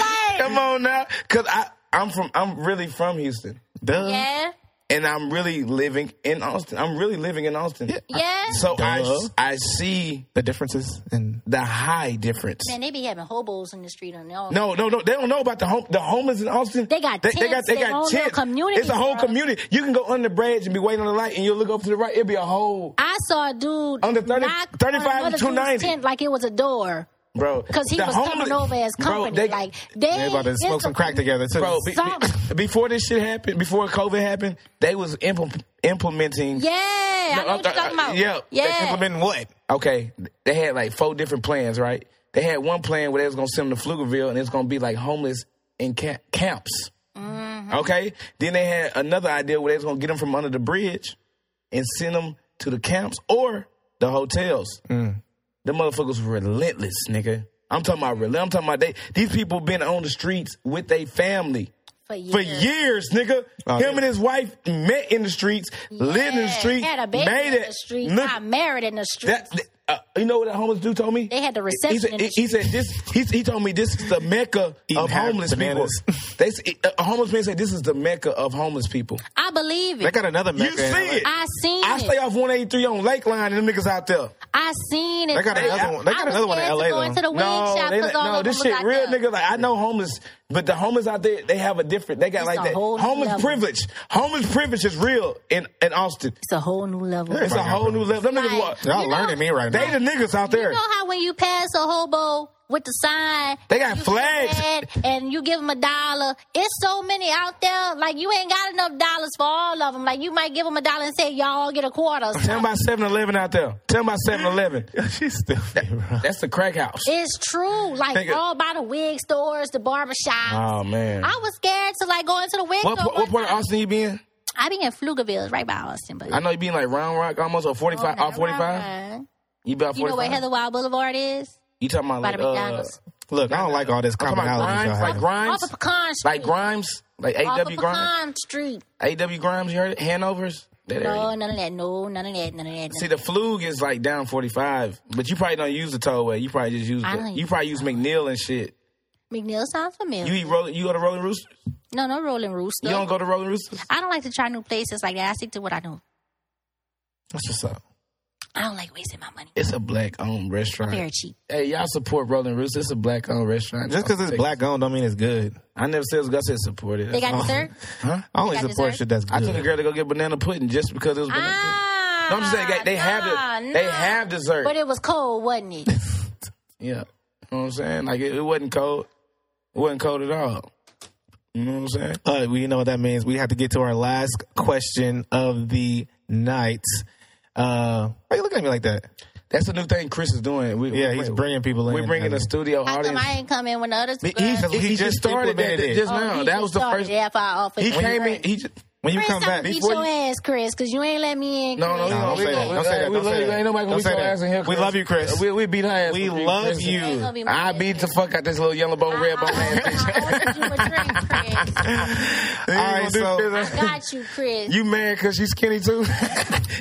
B: so evil. Like,
C: Come on now, because I I'm from I'm really from Houston,
D: Duh.
B: yeah,
C: and I'm really living in Austin. I'm really living in Austin.
B: yeah.
C: So I
D: Duh.
C: I see
D: The differences in
C: the high difference.
B: Man, they be having hobos in the street on their own.
C: No, no, no. They don't know about the home. The homeless in Austin.
B: They got tents, their own little community,
C: It's a whole
B: bro.
C: community. You can go under the bridge and be waiting on the light, and you'll look over to the right. It'll be a whole
B: I saw a dude
C: Under 30
B: knock on
C: 35 and
B: another dude's
C: 290.
B: tent like it was a door
C: bro.
B: because he
C: the
B: was coming
C: homeless-
B: over as
C: Bro,
B: company.
C: they-
B: like they,
D: They about to
B: it's
D: smoke
B: a-
D: some crack together too.
C: bro. be- be-
B: Something.
C: before this shit happened, before COVID happened, they was impl- implementing.
B: Yeah, I know what you're talking about.
C: Yeah, they
B: yeah.
D: Implementing what?
C: Okay, they had like four different plans, right? They had one plan where they was gonna send them to Pflugerville, and it's gonna be like homeless in ca- camps.
B: Mm-hmm.
C: Okay. Then they had another idea where they was gonna get them from under the bridge and send them to the camps or the hotels. The motherfuckers were relentless, nigga. I'm talking about relentless. I'm talking about they. These people been on the streets with their family
B: For years.
C: for years, nigga. Him
D: Oh, yeah.
C: and his wife met in the streets, lived in the
B: Yeah,
C: streets,
B: Had a baby in
C: made it.
B: the street.
C: Look,
B: got married in the street.
C: that, th- uh, you know what that homeless dude told me?
B: They had the reception
C: He said,
B: in the
C: he, he said this. He, he told me this is the mecca
D: Eating
C: of
D: half
C: homeless people.
D: bananas.
C: They s- a homeless man said this is the mecca of homeless people.
B: I believe
D: They
B: it.
D: got another
C: You
D: mecca.
C: see
D: in LA.
C: it?
B: I seen
C: I stay
B: it.
C: off 183 on Lake Line and them niggas out there.
B: I seen it.
D: They got
B: bro.
D: another one. They got
B: I was
D: another one in
B: scared to
D: LA
B: Go
D: though.
B: into the wig
C: No,
B: shop
C: they,
B: 'cause all
C: no,
B: of them
C: this shit
B: was
C: real,
B: out there.
C: nigga. Like I know homeless, but the homeless out there they have a different. They got
B: It's a
C: like that
B: whole new
C: homeless
B: level.
C: privilege. Homeless privilege is real in in Austin.
B: It's a whole new level.
C: It's a
D: Everybody got
C: whole new level. Them niggas,
B: Like,
C: wa-
D: Y'all
B: You know-
D: learning me right
C: they
D: now.
C: the niggas out there.
B: You know how when you pass a hobo with the sign,
C: They got
B: you
C: flags.
B: get mad and you give them a dollar. It's so many out there. Like you ain't got enough dollars for all of them. Like you might give them a dollar and say, "Y'all get a quarter." or
C: Tell
B: something.
C: them about 7-Eleven out there. Tell them about 7-Eleven.
D: She's stupid, bro.
C: That's the crack house.
B: It's true. Like
C: Nigga.
B: all by the wig stores, the barber shops.
C: Oh man.
B: I was scared to like go into the wig
C: What,
B: store.
C: what, what part of Austin you be in?
B: I be in Pflugerville, it's right by Austin, but
C: I know you be in like Round Rock almost or 45
B: Oh,
C: off 45.
B: nevermind.
C: You be off
B: You know
C: 45.
B: where Heather Wild Boulevard is?
C: you talking about
B: By
C: like
B: the
C: uh,
B: McDonald's.
D: Look, I don't like all this
C: talking about
D: commonality.
C: Grimes, like Grimes,
B: Off of Pecan Street.
C: like Grimes, like
B: Off of
C: AW Grimes,
B: Pecan Street.
C: AW Grimes, you heard it? Hanovers? That
B: No,
C: area.
B: none of that. No, none of that. None of that.
C: See, the flug is like down 45, but you probably don't use the tollway. You probably just use
B: I
C: the,
B: don't
C: you
B: use
C: probably use McNeil and shit.
B: McNeil sounds familiar.
C: You eat roll, you go to Rolling Roosters?
B: no, no Rolling Rooster.
C: You don't go to Rolling Roosters?
B: I don't like to try new places like that. I stick to what I know.
C: That's what's up.
B: I don't like wasting my money.
C: It's a black owned restaurant.
B: Very cheap.
C: Hey, y'all support Rolling Roosters. It's a black owned restaurant.
D: Just because it's
C: Take-
D: black owned don't mean it's good.
C: I never said it was good. I said support it.
B: They got dessert.
D: I only
B: got
D: support
B: dessert?
D: shit that's good.
C: I took a girl to go get banana pudding just because it was banana pudding.
B: Ah,
C: No, I'm just saying they- they have it.
B: nah,
C: They
B: nah.
C: have dessert.
B: Ah, But it was cold, wasn't it?
C: Yeah. You know what I'm saying? Like, it, it wasn't cold. It wasn't cold at all. You know what I'm saying?
D: All right, well, you know what that means. Uh, We have to get to our last question of the night. Uh, why are you looking at me like that?
C: That's the new thing Chris is doing. We,
D: Yeah,
C: we-
D: he's bringing people in.
C: We're bringing a studio
B: How come
C: audience.
B: I ain't come in when the others?
D: He- he's
B: was?
D: a-
C: He, he just started that
D: implemented it.
C: just
B: Oh,
C: now.
B: he
C: that
B: just
C: was the
B: started
C: first.
B: that for our office.
C: He
B: When
C: came
B: you-
C: in. He just.
D: when you
B: Chris,
D: come
B: I'm
D: back.
B: gonna beat
C: before
B: your ass, Chris, because you ain't let me in.
C: No, no,
B: Chris.
D: don't
C: no, we
D: say that.
C: we-
D: Don't say that.
C: we
D: Don't
C: love
D: say
C: you.
D: that.
C: Ain't nobody gonna
D: Don't
C: beat
D: say
C: your
D: that.
C: ass in here.
D: We love you, Chris.
C: We, we beat her ass.
D: We
C: with you,
D: love
C: Chris.
D: you.
B: Ain't gonna be
C: I
B: my-
C: beat the fuck out this little yellow bone, red
B: Ah.
C: bone ass. bitch.
B: I ordered you a drink, Chris.
C: All right, so
B: I got you, Chris.
C: You mad because she's skinny too?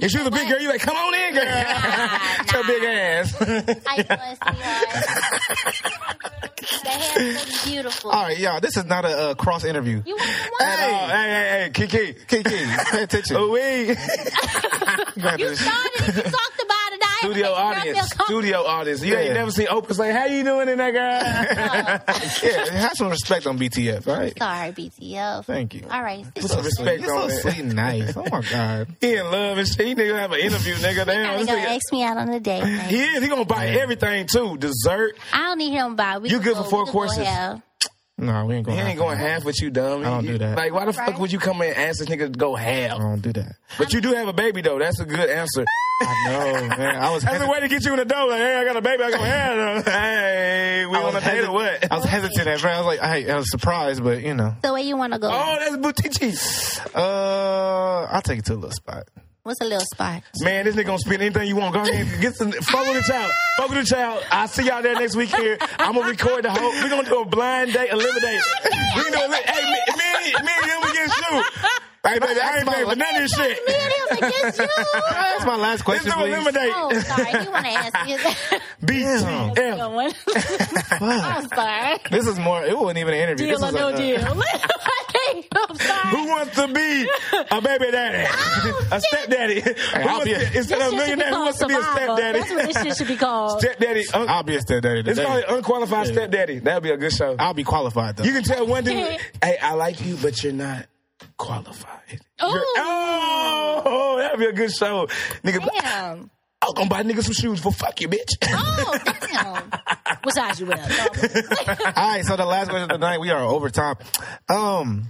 C: if she was a big girl, you like, come on in, girl. It's your big ass.
B: How you doing, sweetheart? the hair is so beautiful.
D: All right, y'all. This is not a uh, cross interview.
B: You want the
C: Oh. hey,
B: one?
C: hey, hey, hey, Kiki.
D: Kiki, pay attention.
C: Oh, wait.
D: You gonna have
B: You
D: to-
B: started it. You talked about it. I had to
C: Studio
B: make you not
C: audience.
B: feel comfortable.
C: Studio audience. You ain't
D: Yeah.
C: never seen Oprah say, how you doing in that
B: Oh.
C: girl?
D: yeah, have some respect on BTF. E All right.
B: Sorry, BTF.
D: Thank you.
B: All right.
C: Put some respect
D: You're so
C: on
D: sweet
C: it.
D: and nice. Oh my god.
C: He in love and shit. He nigga have an interview, nigga. Damn.
B: Gotta
C: This
B: go
C: nigga.
B: ask me out on a date. man.
C: He is. He gonna buy everything too. Dessert.
B: I don't need him by. We
C: You
B: can
C: good
B: go-
C: for four
B: we can go
C: courses.
B: have-
D: No, we ain't going.
C: He ain't going half with you, dumb.
D: I don't do that.
C: Like, why the
B: Right.
C: fuck would you come in and ask this nigga to go half?
D: I don't do that.
C: But you do have a baby though. That's a good answer.
D: I know, man. I was.
C: That's a
D: hesitant.
C: way to get you in the door. Like, hey, I got a baby. I go half. Hey, we
D: I was
C: want to pay
D: hesitant-
C: or what?
D: I was hesitant at first. I was like, I, I was surprised, but you know,
B: So where you want to go?
C: Oh, that's Butichi.
D: uh, I'll take it to a little spot.
B: What's a little spot?
C: Man, this nigga gonna spend anything you want. Go ahead, and get some. Fuck with the child. Fuck with the child. I'll see y'all there next week here. I'm gonna record the whole. We're gonna do a blind date, a live date. We can do a li- Hey, me, me, me and him against you. Hey, baby, I ain't paying for none of this shit.
B: Me and him against you.
D: That's my last
C: Let's do
D: question,
C: a
D: please.
C: lemonade.
B: Oh, sorry. You want to ask me?
C: BTF.
B: Good one. I'm sorry.
D: This is more. It wasn't even an interview.
B: Deal
D: this
B: or no
D: was a,
B: deal. I'm sorry.
C: Who wants to be a baby daddy? a stepdaddy? Who
D: I'll
C: wants
D: be a-
C: to- instead
B: Oh, This shit should be
C: of millionaire, who
B: called
C: wants to be a
B: Survivor. That's what
C: stepdaddy?
B: this shit should be called.
C: stepdaddy. Un-
D: I'll be a stepdaddy
C: it's
D: today.
C: called unqualified
D: Yeah.
C: stepdaddy. That would be a good show.
D: I'll be qualified though.
C: You can tell one dude, hey, I like you, but you're not qualified. You're-
B: Ooh.
C: oh, that'd be a good show. Nigga,
B: Damn.
C: I'm gonna buy niggas some shoes for fuck you, bitch.
B: Oh, damn. What size you wear?
D: All right, so the last question of the night, we are over time. Um,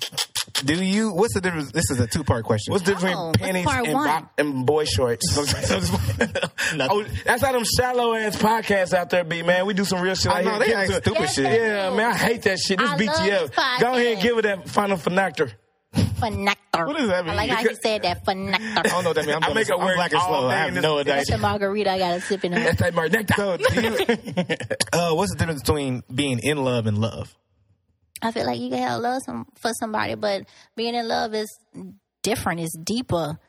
D: do you? What's the difference? This is a two part question.
C: What's different
B: Oh, what's
C: panties
B: part
C: and,
B: one?
C: bo- and boy shorts? oh, that's how them shallow ass podcasts out there be, man. We do some real shit.
D: I
C: out
D: know,
C: here.
D: they
C: Get
D: ask
C: to it.
D: stupid
B: Yes,
D: shit.
B: they do.
C: Yeah, man, I hate that shit. This
B: I love
C: BTF.
B: this podcast.
C: Go ahead and give it that final finactor.
B: Phonactor.
D: What does that mean?
B: I like how he
C: Because-
B: said that.
D: I don't
B: Phonactor.
D: know what that means. I'm,
C: I make
D: I'm
C: it work
D: black and
C: all
D: slow. I
C: day
D: have
C: in this-
D: no idea.
B: That's the margarita I got to sip in it.
C: That's that Marnecta.
D: So, do you, uh, what's the difference between being in love and love?
B: I feel like you can have love some, for somebody, but being in love is different. It's deeper.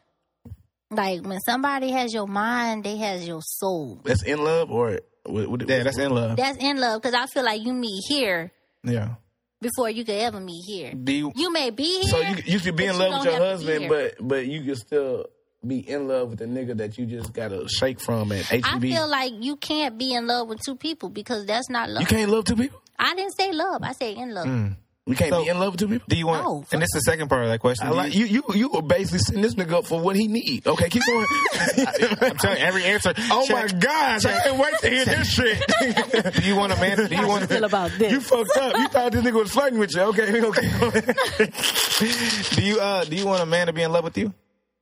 B: Like when somebody has your mind, they has your soul.
C: that's in love or what, what,
D: Yeah, that's in love.
B: That's in love because I feel like you meet here
D: Yeah.
B: before you could ever meet here.
C: do you,
B: You may be here.
C: So you you could be
B: But
C: in
B: you
C: love
B: don't
C: with your
B: have to be
C: husband,
B: here.
C: but but you can still be in love with the nigga that you just gotta shake from at E
B: I
C: HEB.
B: feel like you can't be in love with two people because that's not love.
C: you can't Mm. love two people.
B: I didn't say love. I said in love.
C: You can't
D: So-
C: be in love with two people.
D: Do you want?
B: No,
D: and this is the second part of that question.
C: I
D: Do
C: like
D: you-
C: you. You you were basically setting this nigga up for what he need. Okay, keep going.
D: I'm telling you, every answer.
C: oh my
D: Check.
C: gosh, I can't wait to hear this shit.
D: Do you want a man? Do you
B: How you
D: want?
B: feel about this?
C: you fucked up. You thought this nigga was flirting with you. Okay, we gonna keep going.
D: Do you? Uh, do you want a man to be in love with you?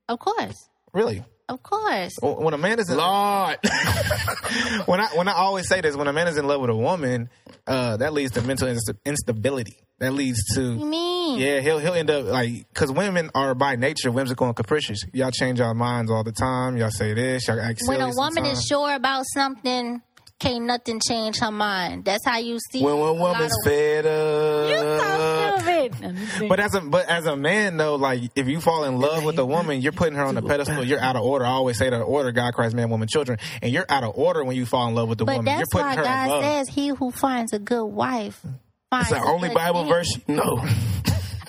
B: Of course,
D: Really?
B: of course.
D: When when a man is in
C: Lord,
D: when I when I always say this, when a man is in love with a woman, uh, that leads to mental inst- instability. That leads
B: You
D: to
B: mean?
D: yeah, he'll he'll end up like because women are by nature whimsical and capricious. Y'all change y'all minds all the time. Y'all say this. Y'all act
B: when
D: silly
B: a woman
D: sometimes.
B: is sure about something, can't nothing change her mind. That's how you see.
C: when
B: a
C: one
B: lot
C: woman's
B: of-
C: fed
B: You
C: up.
B: so stupid.
D: But as a but as a man though, like if you fall in love with a woman, you're putting her on a pedestal. You're out of order. I always say that order: God, Christ, man, woman, children. And you're out of order when you fall in love with the
B: But
D: woman. You're
B: that's
D: putting
B: why
D: her
B: God
D: in love.
B: says, "He who finds a good wife." Finds
C: It's the
B: a
C: only
B: good
C: Bible
B: man."
C: verse. No,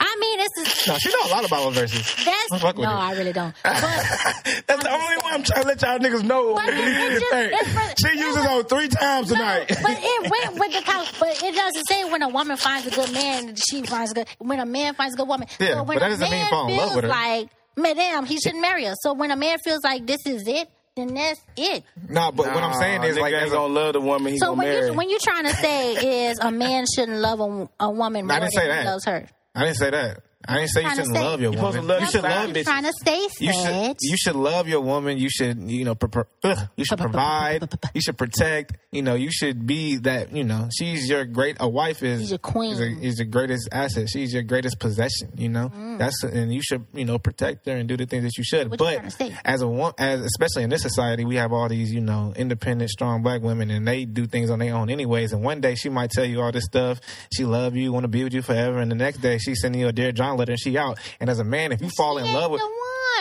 B: I mean, this is
D: Now, she know a lot of Bible verses.
B: that's
D: fuck
B: no,
D: with you.
B: I really don't. But
C: that's the only one I'm trying to let y'all niggas know.
B: But it- it just- it's for-
C: She used this on three times
B: no,
C: tonight.
B: but it went with the count. But it doesn't say when a woman finds a good man, she finds a good. When a man finds a good woman,
D: Yeah,
B: when
D: but that
B: a
D: doesn't mean
B: man
D: fall in love
B: feels
D: with her.
B: Like, madam, he shouldn't marry her. So when a man feels like this is it, then that's it.
D: Nah, but what I'm saying is
C: Nigga
D: like
C: ain't
D: as a
C: gonna love the woman he
B: So
C: gonna
B: when
C: marry.
B: you when you're trying to say is a man shouldn't love a, a woman more
D: I didn't
B: than
D: say
B: he
D: that.
B: loves her.
D: I didn't say that. I didn't say you
B: Tryna
D: shouldn't
B: say-
D: love your
C: You supposed
D: woman.
C: to love
D: you
C: your
D: should
C: side
D: love
C: bitches.
D: bitches.
B: Trying to stay
D: You should
B: sad.
D: you should love your woman. You should you know pro- pro- ugh, you should provide. You should protect. You know you should be that. You know she's your great. A wife is
B: She's your queen.
D: Is, a, is your greatest asset. She's your greatest possession. You know that's and you should you know protect her and do the things that you should.
B: Mm. What you tryna
D: but
B: say?
D: as a wo- as especially in this society, we have all these you know independent, strong black women, and they do things on their own anyways. And one day she might tell you all this stuff. She love you, want to be with you forever. And the next day she sending you a dear John letter, and she out. And as a man, if you fall in
B: Ain't
D: love with
B: the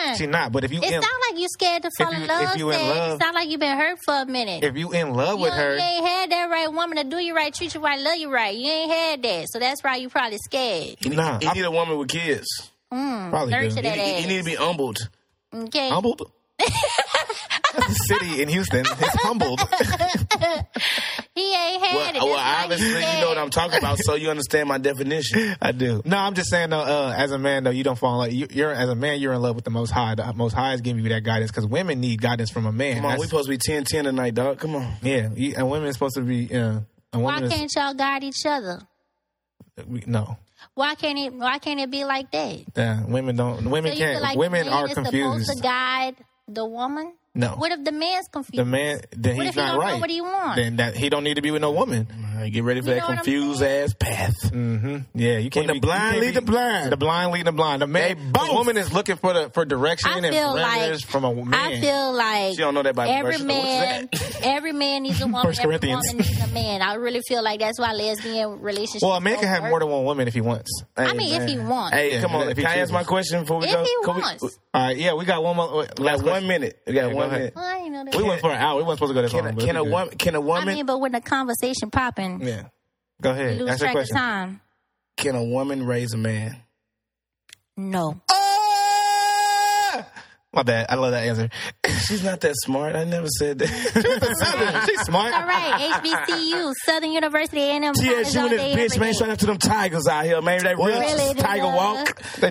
B: one.
D: she not, but if you
B: It
D: in,
B: sounds like you scared to fall
D: you-
B: in love.
D: if you in
B: Stan.
D: love-
B: it sounds like you've been hurt for a minute.
D: if you in love
B: you,
D: with
B: don't-
D: her,
B: you ain't had that right woman to do you right, treat you right, love you right. You ain't had that, so that's why you probably scared.
D: nah,
C: you need a woman with kids.
D: I probably do.
B: Mm, Nurture that
C: You, you
B: ass.
C: need to be humbled.
B: Okay,
D: Humbled. That's a city in Houston. It's humbled.
B: he ain't
C: Well,
B: had it. That's why
C: well,
B: he
C: obviously, you know what I'm talking about, so you understand my definition.
D: I do. No, I'm just saying though. Uh, as a man though, you don't fall in love. You, you're as a man, you're in love with the Most High. The Most High is giving you that guidance because women need guidance from a man.
C: Come on, we
D: That's-
C: supposed to be 10-10 tonight, dog. Come on.
D: yeah, you, and women are supposed to be. Uh, a
B: Why
D: woman is,
B: can't y'all guide each other?
D: We- No,
B: Why can't it? Why can't it be like that?
D: yeah, women don't. Women
B: So you
D: can't.
B: feel like
D: women
B: the man
D: are
B: is
D: confused.
B: supposed to guide the woman?
D: No.
B: What if the man's confused?
D: the man, then
B: What
D: he's
B: if he
D: not
B: don't know
D: right.
B: what he want?
D: Then that he don't need to be with no woman.
C: Get ready for
B: You
C: that
B: know what I'm
C: confused ass path.
D: Mm-hmm. Yeah, you can't.
C: the
D: be- you
C: blind
D: can't
C: lead the
D: be-
C: blind.
D: The blind lead the blind. The man,
C: They both.
D: the woman is looking for the for direction
B: I
D: and
B: feel
D: parameters
B: like-
D: from a man.
B: I feel like
C: She don't know that by
B: every
C: verse, though. What's
B: man, every man needs a woman.
D: First
B: every
D: Corinthians.
B: woman needs a man. I really feel like that's why lesbian relationships.
D: well, a man
B: don't
D: can have
B: work.
D: more than one woman if he wants.
B: I mean, if he wants,
C: Hey,
D: Yeah,
C: come on.
D: if he
C: Can I ask
D: chooses.
C: my question before we
B: if
C: go?
B: he
C: Can we-
B: wants.
D: All right, yeah, we got one more.
C: We got one minute. We got one
D: Yeah, go ahead.
C: minute.
B: Well, I ain't know that.
D: We went for an hour. We weren't supposed to go this
C: Can,
D: long.
C: a-
D: but
C: can a
D: we good.
C: woman? Can a
B: I
C: woman?
B: mean, but when the conversation popping,
D: Yeah. Go
B: you
D: ahead.
B: lose
D: Ask
B: track
D: your
B: of
D: question.
B: time.
C: Can a woman raise a man?
B: No,
C: Ah!
D: My bad. I love that answer.
C: She's not that smart. I never said that.
D: She's smart.
B: all right. HBCU, Southern University, A&M. college
C: TSU
B: all
C: and this
B: day,
C: bitch,
B: every day.
C: man. Shout out to them Tigers out here, man. They real
B: Really,
C: Tiger
B: nigga.
C: Walk.
D: The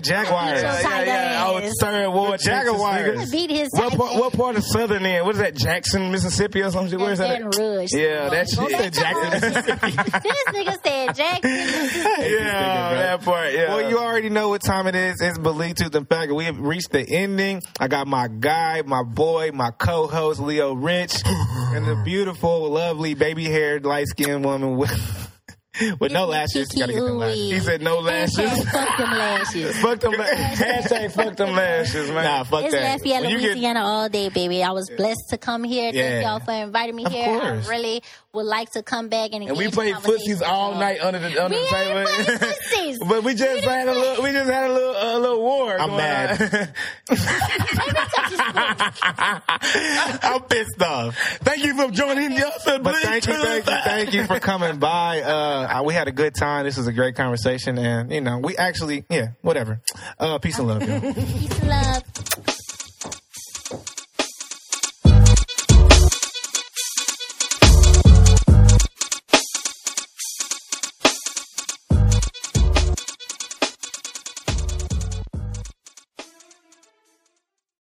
B: Yeah,
D: Jaguars.
B: yeah, yeah. Tiger
C: Oh,
B: ass.
C: third war Jaguars.
B: Beat his
C: What
B: tight
C: part,
B: ass.
C: what part of Southern end? What is that? Jackson, Mississippi, or something? Where is that?
B: Baton Rouge.
C: Yeah, that
B: Go
C: shit.
B: back to this nigga said Jackson.
C: yeah, that part. Yeah.
D: Well, you already know what time it is. It's believe to the fact we have reached the ending. I got my guy, my boy, my co-host Leo Rich, and the beautiful, lovely, baby-haired, light-skinned woman with with no lashes.
B: Kiki
D: Gotta get them lashes.
B: Ooey.
C: he said no lashes.
B: Hashtag fuck them lashes.
C: fuck them. la- Hashtag fuck them lashes, man.
D: Nah, fuck
B: It's
D: that.
B: Lafayette,
D: When you get-
B: Louisiana all day, baby. I was blessed to come here.
D: Yeah.
B: Thank y'all for inviting me
D: Of
B: here.
D: course.
B: I really would like to come back and
C: And we
B: engage
C: played
B: in conversation
C: footsies
B: with
C: all
B: y'all.
C: night under the under
B: We
C: the
B: ain't playing
C: table.
B: footsies.
C: But we just had a little. We just had a little a little war.
D: I'm
C: going
D: mad.
C: on.
D: I'm pissed off.
C: Thank you for joining us. at
D: But
C: Blink
D: thank you,
C: to
D: thank you,
C: the-
D: thank you for coming by. Uh, we had a good time. This was a great conversation, and you know, we actually, yeah, whatever. Uh, peace and love. y'all.
B: Peace and love.